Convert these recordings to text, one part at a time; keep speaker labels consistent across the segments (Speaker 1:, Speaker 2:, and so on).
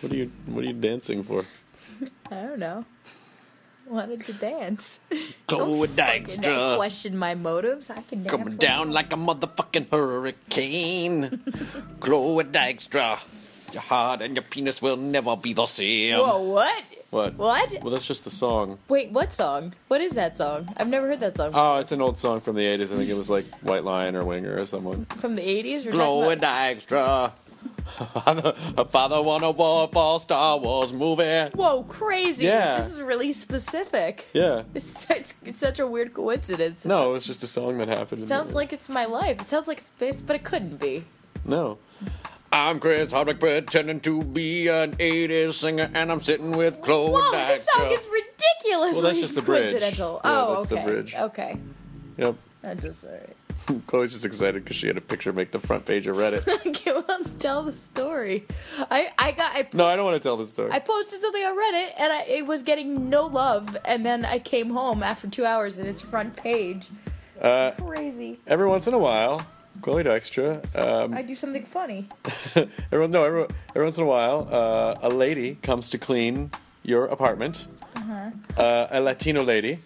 Speaker 1: What are you What are you dancing for?
Speaker 2: I don't know. Wanted to dance.
Speaker 3: Going with
Speaker 2: Fucking don't
Speaker 3: Dykstra.
Speaker 2: question my motives. I can dance.
Speaker 3: Coming
Speaker 2: when
Speaker 3: down
Speaker 2: I
Speaker 3: like a motherfucking hurricane. Chloe Dykstra. Your heart and your penis will never be the same.
Speaker 2: want. Whoa! What?
Speaker 1: What?
Speaker 2: What?
Speaker 1: Well, that's just the song.
Speaker 2: Wait, what song? What is that song? I've never heard that song
Speaker 1: Oh, it's an old song from the '80s. I think it was like White Lion or Winger or someone.
Speaker 2: from the eighties.
Speaker 3: Chloe Dykstra. Her father won a war for Star Wars movie.
Speaker 2: Whoa! Crazy.
Speaker 1: Yeah.
Speaker 2: This is really specific.
Speaker 1: Yeah.
Speaker 2: It's such, it's such a weird coincidence.
Speaker 1: No, it was just a song that happened.
Speaker 2: It sounds like it's my life. It sounds like it's based, but it couldn't be.
Speaker 1: no.
Speaker 3: I'm Chris Hardwick pretending to be an 80s singer, and I'm sitting with Chloe
Speaker 2: Whoa!
Speaker 3: Dykstra.
Speaker 2: This song is ridiculously
Speaker 1: Well, that's just the bridge.
Speaker 2: coincidental.
Speaker 1: Yeah,
Speaker 2: oh,
Speaker 1: that's the
Speaker 2: okay.
Speaker 1: bridge.
Speaker 2: Okay.
Speaker 1: Yep.
Speaker 2: I just alright.
Speaker 1: Chloe's just excited because she had a picture make the front page of Reddit.
Speaker 2: Give up. Tell the story. I I got I
Speaker 1: no, I don't want to tell this story.
Speaker 2: I posted something on Reddit and I, it was getting no love. And then I came home after two hours and it's front page. Crazy.
Speaker 1: Every once in a while, Chloe Dykstra. Uh,
Speaker 2: I do something funny.
Speaker 1: everyone, no, every, every once in a while, uh, a lady comes to clean your apartment. Uh, a Latino lady.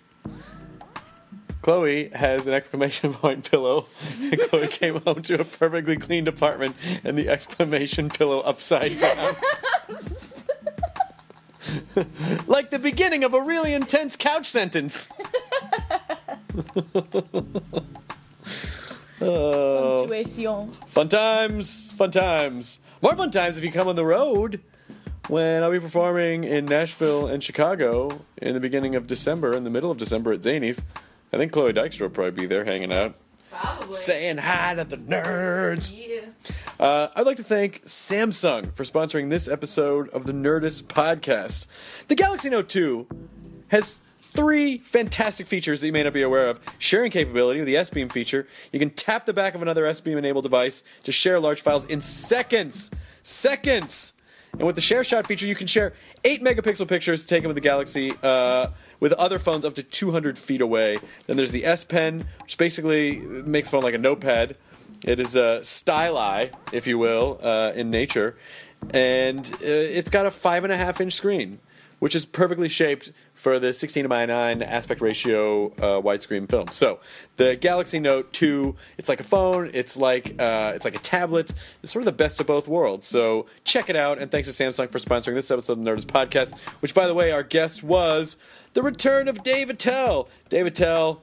Speaker 1: Chloe has an exclamation point pillow. And Chloe came home to a perfectly cleaned apartment and the exclamation pillow upside down. like the beginning of a really intense couch sentence.
Speaker 2: Situation.
Speaker 1: Fun times, fun times. More fun times if you come on the road. When I'll be performing in Nashville and Chicago in the beginning of December, in the middle of December at Zany's. I think Chloe Dykstra will probably be there hanging out.
Speaker 3: Saying hi to the nerds.
Speaker 1: Uh, I'd like to thank Samsung for sponsoring this episode of the Nerdist podcast. The Galaxy Note 2 has three fantastic features that you may not be aware of sharing capability, the S Beam feature. You can tap the back of another S Beam enabled device to share large files in seconds. Seconds! And with the share shot feature, you can share 8 megapixel pictures taken with the Galaxy uh, with other phones up to 200 feet away. Then there's the S Pen, which basically makes the phone like a notepad. It is a styli, if you will, uh, in nature. And uh, it's got a 5.5 inch screen, which is perfectly shaped for the 16 by 9 aspect ratio uh, widescreen film. So the Galaxy Note 2, it's like a phone, it's like uh, it's like a tablet. It's sort of the best of both worlds. So check it out, and thanks to Samsung for sponsoring this episode of the Nerdist Podcast. Which, by the way, our guest was the return of Dave Attell. Dave Attell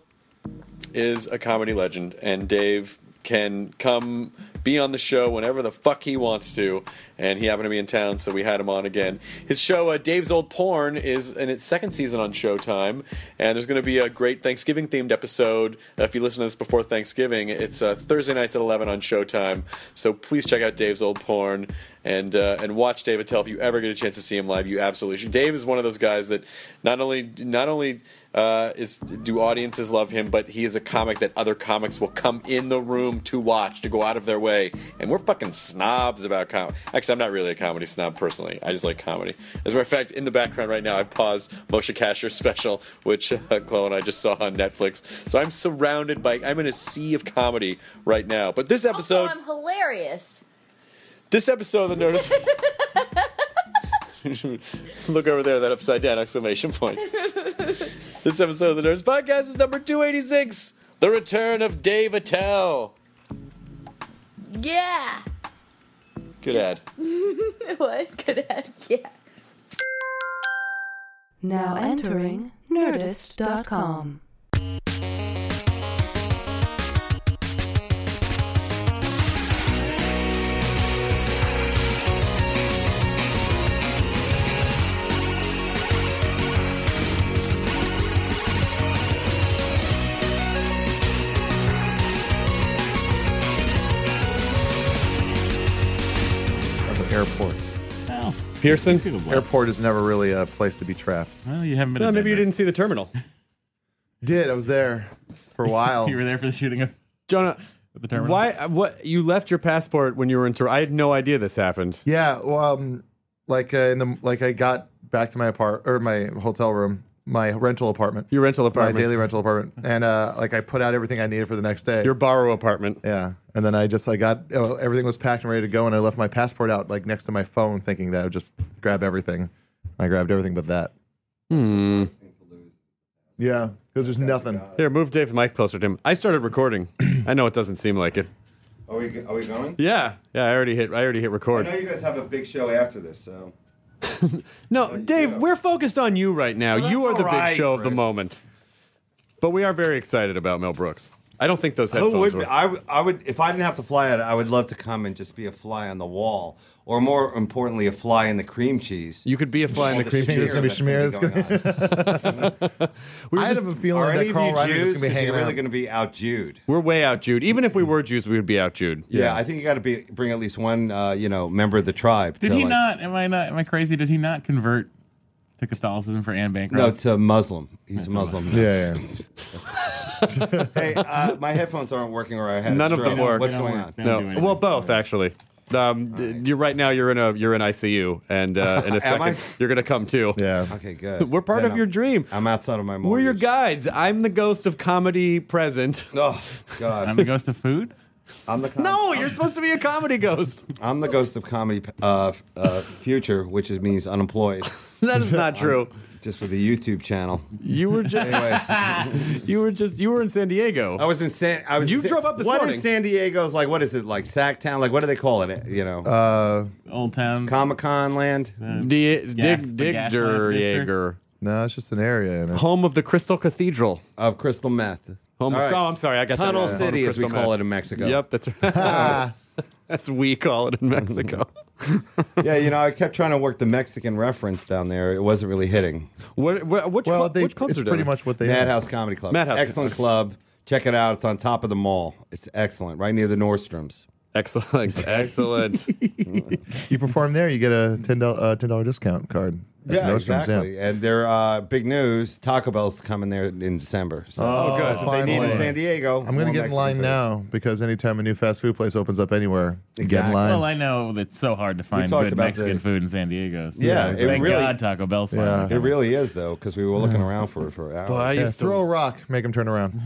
Speaker 1: is a comedy legend, and Dave can come be on the show whenever the fuck he wants to. And he happened to be in town, so we had him on again. His show, uh, Dave's Old Porn, is in its second season on Showtime, and there's going to be a great Thanksgiving themed episode. Uh, if you listen to this before Thanksgiving, it's uh, Thursday nights at 11 on Showtime. So please check out Dave's Old Porn
Speaker 4: and uh, and watch Dave Attell. If you ever get a chance to see him live, you absolutely should. Dave is one of those guys that not only not only uh, is do audiences love him, but he is a comic that other comics will come in the room to watch to go out of their way. And we're fucking snobs about comedy. Actually, I'm not really a comedy snob personally. I just like comedy. As a matter of fact, in the background right now, I paused Moshe Kasher's special, which uh, Chloe and I just saw on Netflix. So I'm surrounded by I'm in a sea of comedy right now. But this episode,
Speaker 5: Also, I'm hilarious.
Speaker 4: this episode of the Notice. Look over there, that upside down exclamation point. this episode of the Nerds Podcast is number 286 The Return of Dave Attell.
Speaker 5: Yeah.
Speaker 4: Good ad.
Speaker 5: What? Good ad. Yeah.
Speaker 6: Now entering Nerdist.com.
Speaker 7: of the airport.
Speaker 8: Well,
Speaker 9: Pearson,
Speaker 8: Good one.
Speaker 9: airport is never really a place to be trapped.
Speaker 8: well, you haven't been.
Speaker 4: No,
Speaker 8: to
Speaker 4: maybe you
Speaker 8: Denver.
Speaker 4: didn't see the terminal.
Speaker 9: Did I was there for a while?
Speaker 8: You were there for the shooting of
Speaker 7: Jonah,
Speaker 8: the terminal.
Speaker 7: why? uh, What you left your passport when you were in Toronto? I had no idea this happened.
Speaker 9: Yeah, well, um, like uh, in the like I got back to my apart or my hotel room, my rental apartment,
Speaker 7: Your rental
Speaker 9: my
Speaker 7: apartment,
Speaker 9: daily rental apartment, and uh, like I put out everything I needed for the next day.
Speaker 7: your borrow apartment.
Speaker 9: yeah, and then I just I got oh, everything was packed and ready to go, and I left my passport out like next to my phone, thinking that I would just grab everything. I grabbed everything but that.
Speaker 7: Hmm.
Speaker 9: Yeah, because there's nothing.
Speaker 7: Here, move Dave's mic closer to him. I started recording. I know it doesn't seem like it.
Speaker 2: Are we, are we going?
Speaker 7: Yeah, yeah. I already hit. I already hit
Speaker 2: I
Speaker 7: record.
Speaker 2: know you guys have a big show after this, so.
Speaker 7: No, Dave, we're focused on you right now. you are the big show of the moment. But we are very excited about Mel Brooks. I don't think those headphones
Speaker 2: Who would be,
Speaker 7: were.
Speaker 2: I, would- I would if I didn't have to fly out, I would love to come and just be a fly on the wall, or more importantly, a fly in the cream cheese.
Speaker 7: you could be a fly in
Speaker 2: All
Speaker 7: the cream
Speaker 2: smear
Speaker 7: cheese.
Speaker 9: gonna be
Speaker 2: that's gonna
Speaker 9: smear, it's
Speaker 2: going on.
Speaker 7: We were
Speaker 9: I
Speaker 7: just-
Speaker 9: have a feeling
Speaker 2: Are
Speaker 9: that
Speaker 2: any of
Speaker 9: Carl
Speaker 2: you
Speaker 9: Reiner is
Speaker 2: Jews?
Speaker 9: gonna be
Speaker 2: 'Cause
Speaker 9: hanging
Speaker 2: you're
Speaker 9: out.
Speaker 2: really going to be out Jewed.
Speaker 7: we're way out, Jude. Even if we were Jews, we would be out, Jude.
Speaker 2: Yeah, I think you got to be bring at least one, uh, you know, member of the tribe.
Speaker 8: Did
Speaker 2: to,
Speaker 8: he
Speaker 2: like-
Speaker 8: not? Am I not? Am I crazy? Did he not convert to Catholicism for Anne
Speaker 2: No,
Speaker 8: Bancroft?
Speaker 2: to Muslim. He's a Muslim. now.
Speaker 9: yeah, yeah.
Speaker 2: Hey, uh, my headphones aren't working, or I had a
Speaker 7: None of
Speaker 2: stroke.
Speaker 7: them work.
Speaker 2: What's
Speaker 8: They don't
Speaker 2: going
Speaker 8: work.
Speaker 2: on?
Speaker 8: They don't do
Speaker 7: No,
Speaker 8: anything.
Speaker 7: well, both actually. Um, d- You're right now. You're in a you're in ICU, and uh, in a
Speaker 2: Am I?
Speaker 7: second you're gonna come too.
Speaker 9: yeah.
Speaker 2: Okay, good.
Speaker 7: We're part
Speaker 2: Then
Speaker 7: of
Speaker 2: I'm-
Speaker 7: your dream.
Speaker 2: I'm outside of my. Mortgage.
Speaker 7: We're your guides. I'm the ghost of comedy present.
Speaker 2: Oh God,
Speaker 8: I'm the ghost of food.
Speaker 2: I'm the com-
Speaker 7: No, you're supposed to be a comedy ghost.
Speaker 2: I'm the ghost of comedy uh, f- uh, future, which is means unemployed,
Speaker 7: That is not true.
Speaker 2: just with a YouTube channel.
Speaker 7: You were just
Speaker 2: Anyway,
Speaker 7: you were just you were in San Diego.
Speaker 2: I was in San. I was.
Speaker 7: You
Speaker 2: in Sa-
Speaker 7: drove up this
Speaker 2: what
Speaker 7: morning.
Speaker 2: is San Diego's like? What is it like? Sac Town? Like what do they call it? You know,
Speaker 9: Uh,
Speaker 8: Old town.
Speaker 2: Comic Con Land.
Speaker 7: Di- dig
Speaker 8: Gas- the
Speaker 7: dig
Speaker 8: gas lamp district.
Speaker 7: Jaeger,
Speaker 9: no, it's just an area in it.
Speaker 7: home of the Crystal Cathedral.
Speaker 2: of crystal meth.
Speaker 7: Home
Speaker 2: Oh, All
Speaker 7: of,
Speaker 2: right.
Speaker 7: Oh, I'm sorry, I got that
Speaker 2: Tunnel
Speaker 7: wrong.
Speaker 2: City,
Speaker 7: Home of
Speaker 2: as we
Speaker 7: Crystal
Speaker 2: call
Speaker 7: Meth.
Speaker 2: it in Mexico.
Speaker 7: Yep, that's
Speaker 2: Uh,
Speaker 7: right. that's we call it in Mexico.
Speaker 2: yeah, you know, I kept trying to work the Mexican reference down there. It wasn't really hitting.
Speaker 7: what, what which
Speaker 9: Well,
Speaker 7: cl-
Speaker 9: they,
Speaker 7: which clubs
Speaker 9: it's
Speaker 7: are
Speaker 9: pretty
Speaker 7: doing?
Speaker 9: much what they are.
Speaker 2: Madhouse Comedy Club.
Speaker 7: Madhouse.
Speaker 2: Excellent club. Check it out. It's on top of the mall. It's excellent. Right near the Nordstrom's.
Speaker 7: excellent, excellent.
Speaker 9: You perform there, you get a ten dollar uh, ten dollar discount card. at
Speaker 2: Yeah,
Speaker 9: Nordstrom's,
Speaker 2: exactly. And they're uh, big news. Taco Bell's coming there in December. So
Speaker 9: Oh, good.
Speaker 2: That's what They need in
Speaker 9: Finally.
Speaker 2: San Diego.
Speaker 9: I'm
Speaker 2: More
Speaker 9: gonna get in
Speaker 2: Mexican
Speaker 9: line
Speaker 2: food.
Speaker 9: now because anytime a new fast food place opens up anywhere, get in
Speaker 2: Exactly.
Speaker 9: line.
Speaker 8: Well, I know it's so hard to find
Speaker 2: talked
Speaker 8: good
Speaker 2: about
Speaker 8: Mexican
Speaker 2: the-
Speaker 8: food in San Diego. so
Speaker 2: Yeah, it
Speaker 8: thank
Speaker 2: really-
Speaker 8: God Taco Bell's
Speaker 9: Yeah.
Speaker 8: finally
Speaker 2: It
Speaker 8: coming.
Speaker 2: really is though, because we were looking around for it for hours.
Speaker 7: Boy, I
Speaker 9: Yeah,
Speaker 7: used
Speaker 9: throw a
Speaker 7: to
Speaker 9: rock, make them turn around.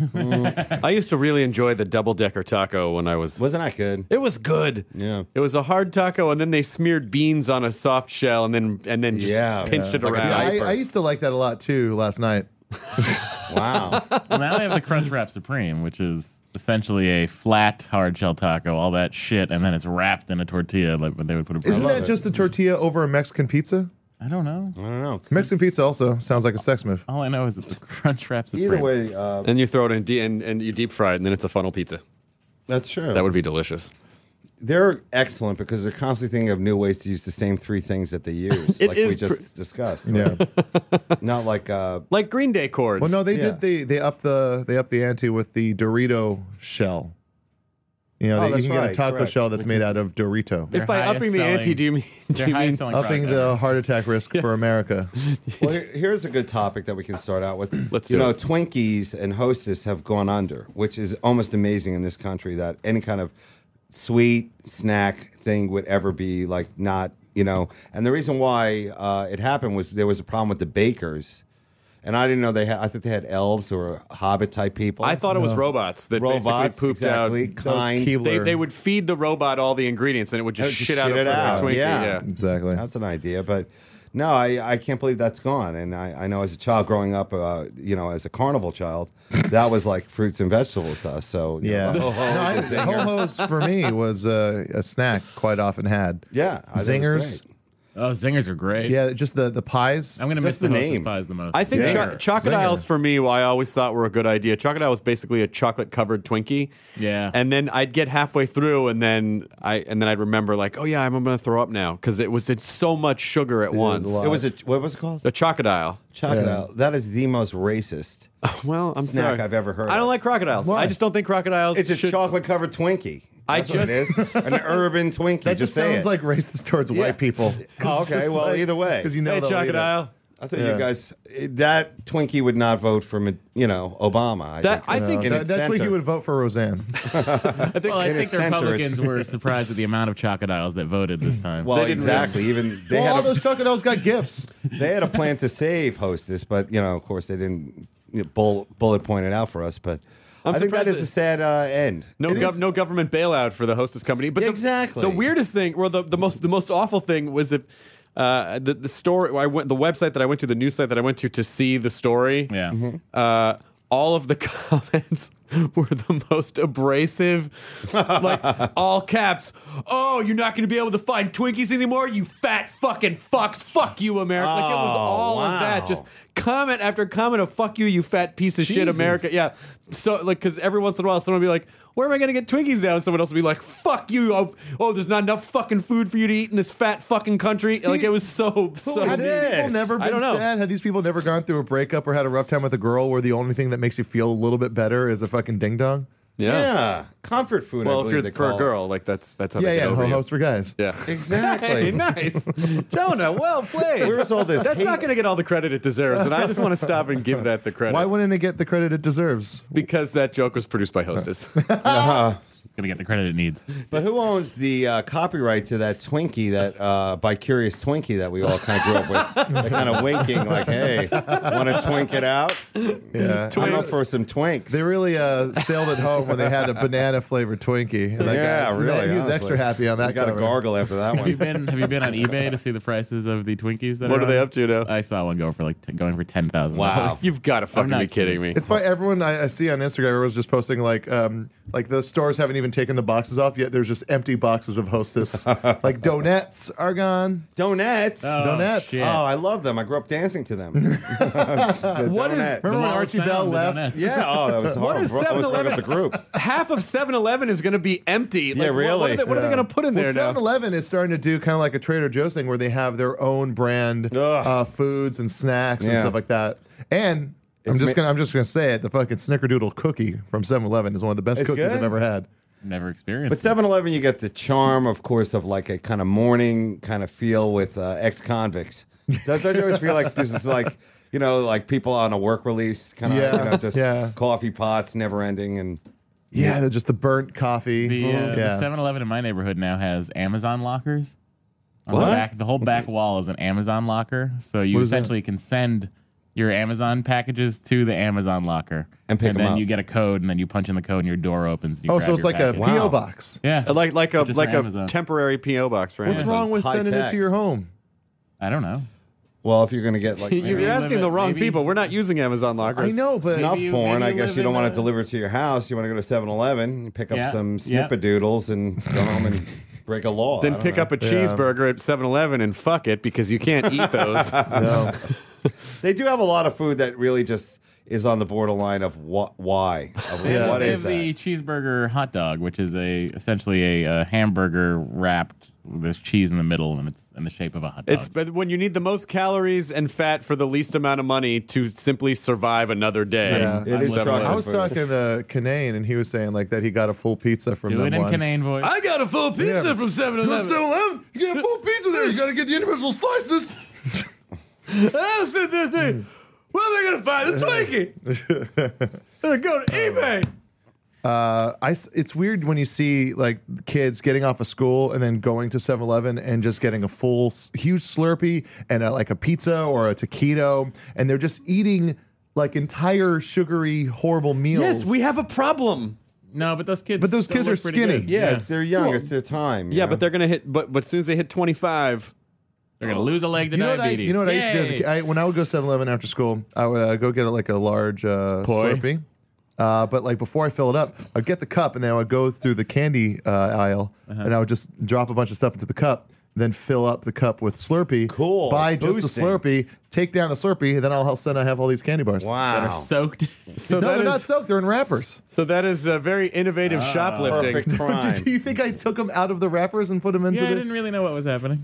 Speaker 7: I used to really enjoy the double decker taco when I was.
Speaker 2: Wasn't that good?
Speaker 7: It was good.
Speaker 2: Yeah.
Speaker 7: It was a hard taco, and then they smeared beans on a soft shell, and then and then just
Speaker 2: Yeah.
Speaker 7: pinched it
Speaker 2: Like a
Speaker 7: around.
Speaker 9: Yeah, I,
Speaker 2: Hyper.
Speaker 9: I used to like that a lot too. Last night,
Speaker 2: Wow.
Speaker 8: Well, now they have the Crunch Wrap Supreme, which is essentially a flat hard shell taco, all that shit, and then it's wrapped in a tortilla. Like when they would put a.
Speaker 9: isn't
Speaker 2: love
Speaker 9: that
Speaker 2: it.
Speaker 9: just a tortilla over a Mexican pizza?
Speaker 8: I don't know.
Speaker 2: I don't know.
Speaker 9: Mexican pizza also sounds like a sex move.
Speaker 8: All I know is it's a Crunch Wrap Supreme.
Speaker 2: Either way, uh,
Speaker 7: and you throw it in de- and, and you deep fry it, and then it's a funnel pizza.
Speaker 2: that's
Speaker 8: Oh.
Speaker 2: true.
Speaker 7: That would be delicious.
Speaker 2: They're excellent because they're constantly thinking of new ways to use the same three things that they use,
Speaker 7: It
Speaker 2: like
Speaker 7: is
Speaker 2: we just discussed.
Speaker 9: Yeah.
Speaker 2: Not like uh,
Speaker 7: Like Green Day chords.
Speaker 9: well, no, they
Speaker 2: Yeah.
Speaker 9: did. They they up the they up the ante with the Dorito shell. You know,
Speaker 7: Oh,
Speaker 9: that you
Speaker 7: that's
Speaker 9: can get a
Speaker 7: right,
Speaker 9: taco
Speaker 7: correct.
Speaker 9: shell that's made out of Dorito.
Speaker 7: If by upping the ante, do you mean, do you mean
Speaker 9: upping the heart attack risk for America?
Speaker 8: Well, here- here's a good topic that we can start out with. Let's you
Speaker 9: do
Speaker 8: know,
Speaker 9: it.
Speaker 8: Twinkies and Hostess have gone under, which is almost amazing in this country that any kind of sweet snack thing would ever be like not, you know. And the reason why uh, it happened was there was a problem with the bakers. And I didn't know they had. I thought they had elves or hobbit type people. I
Speaker 7: thought it was robots that
Speaker 8: robots,
Speaker 7: basically pooped
Speaker 8: exactly,
Speaker 7: out
Speaker 8: Kind.
Speaker 7: They, they would feed the robot all the ingredients, and it would
Speaker 8: That
Speaker 7: just
Speaker 8: would
Speaker 7: shit, out
Speaker 8: it
Speaker 7: a perfect Twinkie.
Speaker 8: Yeah.
Speaker 7: yeah.
Speaker 9: exactly.
Speaker 8: That's an idea, but no, I, I can't believe that's gone. And I, I know as a child growing up, uh, you know, as a carnival child, that was like fruits and vegetables to us. So you
Speaker 9: Yeah.
Speaker 8: know, the ho-ho,
Speaker 9: No, I-
Speaker 8: the zinger.
Speaker 9: ho-hos for me was uh, a snack quite often had.
Speaker 8: Yeah, I think it was
Speaker 9: Zingers.
Speaker 10: Oh, zingers are great.
Speaker 9: Yeah, just the, the pies.
Speaker 10: I'm gonna miss the, hostess pies the most.
Speaker 7: I think
Speaker 9: Zinger.
Speaker 7: cho- chocodiles for me, I always thought were a good idea. Chocodile was basically a chocolate covered Twinkie.
Speaker 10: Yeah.
Speaker 7: And then I'd get halfway through, and then I and then I'd remember like, oh yeah, I'm gonna throw up now because it was it's so much sugar at once.
Speaker 8: It was a what was it called?
Speaker 7: the chocodile.
Speaker 8: Chocodile. That is the most racist
Speaker 7: Well, I'm
Speaker 8: snack
Speaker 7: sorry.
Speaker 8: I've ever heard.
Speaker 7: I don't
Speaker 8: of.
Speaker 7: like crocodiles.
Speaker 9: Why?
Speaker 7: I just don't think crocodiles.
Speaker 8: It's a
Speaker 7: should-
Speaker 8: chocolate covered Twinkie.
Speaker 7: I
Speaker 8: That's what it is. an urban Twinkie.
Speaker 9: That
Speaker 8: just
Speaker 9: just
Speaker 8: say
Speaker 9: sounds
Speaker 8: it.
Speaker 9: like racist towards
Speaker 8: Yeah.
Speaker 9: white people.
Speaker 8: Oh, okay. Well, either way.
Speaker 9: Because you know
Speaker 7: Hey,
Speaker 9: they'll eat it.
Speaker 7: crocodile.
Speaker 8: I thought
Speaker 9: Yeah.
Speaker 8: you guys that Twinkie would not vote for you know Obama. I
Speaker 7: That-
Speaker 8: think,
Speaker 7: I
Speaker 9: No,
Speaker 7: think-
Speaker 8: in
Speaker 9: that-
Speaker 8: its
Speaker 9: that's where
Speaker 8: center.
Speaker 9: you would vote for Roseanne.
Speaker 10: well, I
Speaker 8: in
Speaker 10: think the
Speaker 8: its center,
Speaker 10: Republicans
Speaker 8: it's-
Speaker 10: were surprised at the amount of chocodiles that voted this time.
Speaker 8: Well,
Speaker 7: didn't
Speaker 8: exactly. Even they
Speaker 9: well, all
Speaker 8: had a,
Speaker 9: those crocodiles got gifts.
Speaker 8: they had a plan to save Hostess, but you know, of course, they didn't you know, bull, bullet point it out for us. But i
Speaker 7: I'm
Speaker 8: think that
Speaker 7: surprised
Speaker 8: is a
Speaker 7: it-
Speaker 8: sad uh, end.
Speaker 7: No,
Speaker 8: It
Speaker 7: gov-
Speaker 8: is.
Speaker 7: no government bailout for the hostess company. But the-
Speaker 8: Exactly.
Speaker 7: the, weirdest thing, or the, the most the most awful thing was if uh, the the story I went the website that I went to, the news site that I went to to see the story.
Speaker 10: Yeah. Mhm.
Speaker 7: Uh, all of the comments were the most abrasive, like all caps. Oh, you're not going to be able to find Twinkies anymore, you fat fucking fucks. Fuck you, America. like it was
Speaker 8: Oh,
Speaker 7: all of that.
Speaker 8: wow.
Speaker 7: Just comment after comment of fuck you, you fat piece of shit,
Speaker 8: Jesus.
Speaker 7: America. Yeah. So, like, because every once in a while, someone will be like, where am I going to get Twinkies now? And someone else will be like, fuck you. Oh, oh, there's not enough fucking food for you to eat in this fat fucking country. like, it was so, so.
Speaker 8: is
Speaker 9: Had these
Speaker 8: this?
Speaker 9: people never
Speaker 7: I
Speaker 9: been
Speaker 7: don't know.
Speaker 9: sad? Had these people never gone through a breakup or had a rough time with a girl where the only thing that makes you feel a little bit better is a fucking ding dong?
Speaker 8: yeah. comfort food. I
Speaker 7: Well, if
Speaker 8: believe
Speaker 7: you're
Speaker 8: they
Speaker 7: for
Speaker 8: call
Speaker 7: a
Speaker 8: it.
Speaker 7: girl, like, that's that's how
Speaker 9: Yeah,
Speaker 7: they get
Speaker 9: yeah,
Speaker 7: over
Speaker 9: ho
Speaker 7: you.
Speaker 9: host for guys.
Speaker 7: Yeah. Hey,
Speaker 8: exactly.
Speaker 7: nice. Jonah, well played.
Speaker 8: Where's all this
Speaker 7: That's
Speaker 8: hate?
Speaker 7: not going to get all the credit it deserves. And I just want to stop and give that the credit.
Speaker 9: Why wouldn't it get the credit it deserves?
Speaker 7: because that joke was produced by Hostess.
Speaker 10: gonna get the credit it needs.
Speaker 8: But who owns the uh, copyright to that Twinkie, that uh, bicurious Twinkie that we all kind of grew up with? that kind of winking, like, "Hey, want to twink it out?
Speaker 9: Yeah.
Speaker 8: I'm up for some twinks."
Speaker 9: They really uh, sailed it home when they had a banana flavored Twinkie. And that
Speaker 8: yeah,
Speaker 9: guy was-
Speaker 8: really.
Speaker 9: He was
Speaker 8: honestly.
Speaker 9: extra happy on that.
Speaker 8: We got
Speaker 9: cover.
Speaker 8: a gargle after that
Speaker 10: Have you
Speaker 8: one.
Speaker 10: been? Have you been on eBay to see the prices of the Twinkies? That
Speaker 7: What are they
Speaker 10: on?
Speaker 7: up to now?
Speaker 10: I saw one go for like t- going for ten thousand.
Speaker 8: Wow.
Speaker 7: You've got to fucking
Speaker 10: not
Speaker 7: be kidding me.
Speaker 9: It's by everyone I, I see on Instagram. Everyone's just posting like, um, like the stores haven't even taken the boxes off yet. There's just empty boxes of Hostess, like donuts are gone.
Speaker 8: Donuts.
Speaker 7: Uh,
Speaker 10: Oh,
Speaker 9: Donuts.
Speaker 10: shit.
Speaker 8: Oh, I love them. I grew up dancing to them. The
Speaker 7: What is-
Speaker 8: donuts.
Speaker 9: Remember when
Speaker 10: Small
Speaker 9: Archie
Speaker 10: town,
Speaker 9: Bell
Speaker 10: the
Speaker 9: left?
Speaker 10: donuts.
Speaker 8: Yeah. Oh, that was horrible.
Speaker 7: What is
Speaker 8: I always broke
Speaker 7: 7-Eleven?
Speaker 8: up the group.
Speaker 7: half of 7-Eleven is going to be empty. Like,
Speaker 8: Yeah,
Speaker 7: what- What,
Speaker 8: really.
Speaker 7: are they, what are they
Speaker 8: Yeah.
Speaker 7: going to put in
Speaker 9: Well,
Speaker 7: there now?
Speaker 9: 7-Eleven is starting to do kind of like a Trader Joe's thing where they have their own brand uh, foods and snacks and
Speaker 8: Yeah.
Speaker 9: stuff like that. And I'm just
Speaker 8: ma-
Speaker 9: gonna I'm just gonna say it. The fucking Snickerdoodle cookie from 7-Eleven is one of the best
Speaker 8: It's
Speaker 9: cookies
Speaker 8: good?
Speaker 9: I've ever had.
Speaker 10: Never experienced.
Speaker 8: But
Speaker 10: it.
Speaker 8: 7 Eleven, you get the charm, of course, of like a kind of morning kind of feel with uh, ex convicts. Does that always feel like this is like, you know, like people on a work release,
Speaker 7: Uh,
Speaker 8: kind of,
Speaker 9: Yeah,
Speaker 8: you know, just
Speaker 9: yeah.
Speaker 8: coffee pots never ending. And
Speaker 9: Yeah, they're just the burnt coffee.
Speaker 10: The uh,
Speaker 9: yeah.
Speaker 10: the 7-Eleven in my neighborhood now has Amazon lockers. On The,
Speaker 8: What?
Speaker 10: back, the whole back wall is an Amazon locker, so you
Speaker 9: What is that?
Speaker 10: essentially can send your Amazon packages to the Amazon locker,
Speaker 8: And pick 'em
Speaker 10: then
Speaker 8: up.
Speaker 10: you get a code, and then you punch in the code, and your door opens. And you
Speaker 9: oh,
Speaker 10: grab
Speaker 9: so it's
Speaker 10: your
Speaker 9: like a
Speaker 10: package.
Speaker 8: Wow.
Speaker 9: PO box.
Speaker 10: yeah,
Speaker 8: Uh,
Speaker 7: Uh, Like like a
Speaker 10: Just
Speaker 7: like
Speaker 10: for
Speaker 7: a
Speaker 10: Amazon.
Speaker 7: temporary PO box for
Speaker 9: What's
Speaker 7: Amazon.
Speaker 9: wrong with
Speaker 8: High
Speaker 9: sending
Speaker 8: tech.
Speaker 9: it to your home?
Speaker 10: I don't know.
Speaker 8: well, if you're going to get like
Speaker 7: You're
Speaker 10: Maybe
Speaker 7: asking
Speaker 10: limit-
Speaker 7: the wrong
Speaker 10: maybe-
Speaker 7: people. We're not using Amazon lockers.
Speaker 9: I know, but
Speaker 8: enough
Speaker 10: you-
Speaker 8: porn,
Speaker 10: maybe
Speaker 8: I
Speaker 10: you
Speaker 8: guess
Speaker 10: live
Speaker 8: you don't
Speaker 10: in
Speaker 8: want
Speaker 10: a-
Speaker 8: it delivered to your house. You want to go to 7 Eleven, pick up
Speaker 10: Yeah,
Speaker 8: some
Speaker 10: yeah.
Speaker 8: snippadoodles and go home and break a law. I
Speaker 7: Then
Speaker 8: don't
Speaker 7: pick
Speaker 8: know.
Speaker 7: up a cheeseburger at 7-Eleven and fuck it because you can't eat those.
Speaker 9: no.
Speaker 8: They do have a lot of food that really just is on the borderline of what, why, of what
Speaker 10: They
Speaker 8: is
Speaker 10: have
Speaker 8: that?
Speaker 10: the cheeseburger hot dog, which is a essentially a, uh hamburger wrapped
Speaker 8: there's cheese in the middle and it's in the shape of a hot dog.
Speaker 11: It's but when you need the most calories and fat for the least amount of money to simply survive another day.
Speaker 9: Yeah.
Speaker 7: It is
Speaker 11: Seven
Speaker 7: truck
Speaker 9: I
Speaker 11: eleven.
Speaker 9: was talking to Canaan, and he was saying like that he got a full pizza from
Speaker 8: Do
Speaker 9: them
Speaker 8: it in
Speaker 9: once.
Speaker 8: Canaan voice.
Speaker 11: I got a full pizza
Speaker 9: Yeah.
Speaker 11: from 7 Eleven.
Speaker 9: Eleven, you get a full pizza there. You got to get the individual slices.
Speaker 11: I was sitting there saying, where am I going to find the Twinkie? I'm going to go to
Speaker 8: Um,
Speaker 11: eBay.
Speaker 9: Uh, I s- it's weird when you see like kids getting off of school and then going to 7-Eleven and just getting a full s- huge Slurpee and a, like a pizza or a taquito, and they're just eating like entire sugary horrible meals.
Speaker 11: Yes, we have a problem.
Speaker 8: no, but those kids.
Speaker 9: But those
Speaker 8: still
Speaker 9: kids
Speaker 8: look
Speaker 9: are
Speaker 8: pretty
Speaker 9: skinny.
Speaker 8: good.
Speaker 7: Yeah, it's their young. it's their time. you
Speaker 11: Yeah,
Speaker 7: know?
Speaker 11: but they're going to hit, but, but as soon as they hit 25,
Speaker 8: they're gonna lose a leg to
Speaker 9: You know, what I,
Speaker 8: diabetes.
Speaker 9: you know what I used to do as a
Speaker 8: Yay!
Speaker 9: kid? I, when I would go 7 Eleven after school, I would uh, go get a, like a large uh,
Speaker 11: Poi.
Speaker 9: Slurpee. Uh, but like before I fill it up, I'd get the cup and then I would go through the candy uh, aisle
Speaker 8: Uh-huh.
Speaker 9: and I would just drop a bunch of stuff into the cup, then fill up the cup with Slurpee.
Speaker 7: Cool.
Speaker 9: Buy just
Speaker 7: Boosting.
Speaker 9: the Slurpee, take down the Slurpee, and then all of a sudden I have all these candy bars.
Speaker 8: That
Speaker 7: wow.
Speaker 8: are soaked.
Speaker 11: so
Speaker 9: no,
Speaker 11: that
Speaker 9: they're not
Speaker 11: is
Speaker 9: soaked. They're in wrappers.
Speaker 11: so that is a very innovative shoplifting.
Speaker 7: Ah, Perfect crime.
Speaker 9: Do you think I took them out of the wrappers and put them into
Speaker 8: yeah, I
Speaker 9: the?
Speaker 8: didn't really know what was happening.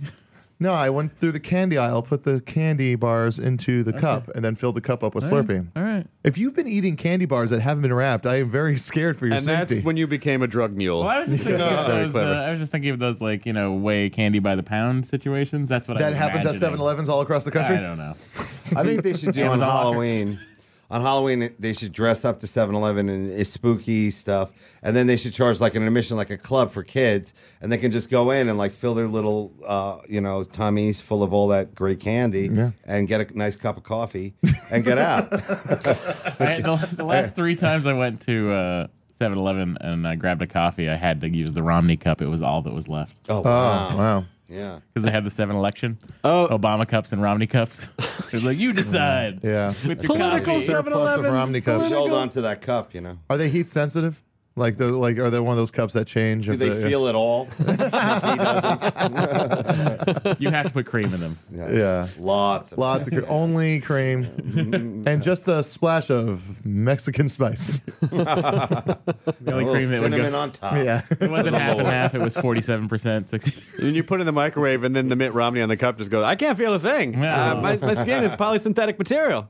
Speaker 9: No, I went through the candy aisle, put the candy bars into the cup, and then filled the cup up with Slurpee.
Speaker 8: All right.
Speaker 9: If you've been eating candy bars that haven't been wrapped, I am very scared for your
Speaker 11: And
Speaker 9: safety.
Speaker 11: that's when you became a drug mule.
Speaker 8: Well, I was just thinking of
Speaker 11: That's very
Speaker 8: those. Uh,
Speaker 11: clever.
Speaker 8: I was just thinking of those like you know weigh candy by the pound situations. That's what I
Speaker 9: that
Speaker 8: was
Speaker 9: happens at
Speaker 8: imagining.
Speaker 9: 7-Elevens all across the country.
Speaker 8: I don't know.
Speaker 7: I think they should do on
Speaker 8: Amazon lockers.
Speaker 7: Halloween. On Halloween, they should dress up to 7 Eleven and it's spooky stuff. And then they should charge like an admission, like a club for kids. And they can just go in and like fill their little, uh, you know, tummies full of all that great candy and get a nice cup of coffee and get out. Oh,
Speaker 8: I, the, the last three times I went to uh, Seven Eleven and I grabbed a coffee, I had to use the Romney cup. It was all that was left
Speaker 7: oh,
Speaker 9: Oh,
Speaker 7: wow.
Speaker 9: wow.
Speaker 7: Yeah.
Speaker 8: because they had the seven election.
Speaker 11: Oh.
Speaker 8: Obama cups and Romney cups. it was like you decide.
Speaker 9: Yeah.
Speaker 8: with your
Speaker 11: Political
Speaker 8: coffee.
Speaker 9: Surplus of
Speaker 11: 7-Eleven.
Speaker 9: Romney cups.
Speaker 7: Just hold on to that cup, you know.
Speaker 9: Are they heat sensitive? Like the like are they one of those cups that change?
Speaker 7: Do
Speaker 9: if
Speaker 7: they
Speaker 9: the-
Speaker 7: feel it all?
Speaker 8: You have to put cream in them.
Speaker 9: Yeah.
Speaker 7: Lots of
Speaker 9: Lots of cre- only
Speaker 7: Mm-hmm.
Speaker 9: cream and just a splash of Mexican spice.
Speaker 8: The
Speaker 7: a
Speaker 8: only
Speaker 7: little
Speaker 8: cream that would
Speaker 7: cinnamon
Speaker 8: go.
Speaker 7: on top.
Speaker 9: yeah.
Speaker 8: It wasn't half and half. It was forty-seven percent, sixty.
Speaker 11: And you put it in the microwave, and then the Mitt Romney on the cup just goes, I can't feel a thing. Uh,
Speaker 8: Yeah.
Speaker 11: my, my skin is polysynthetic material.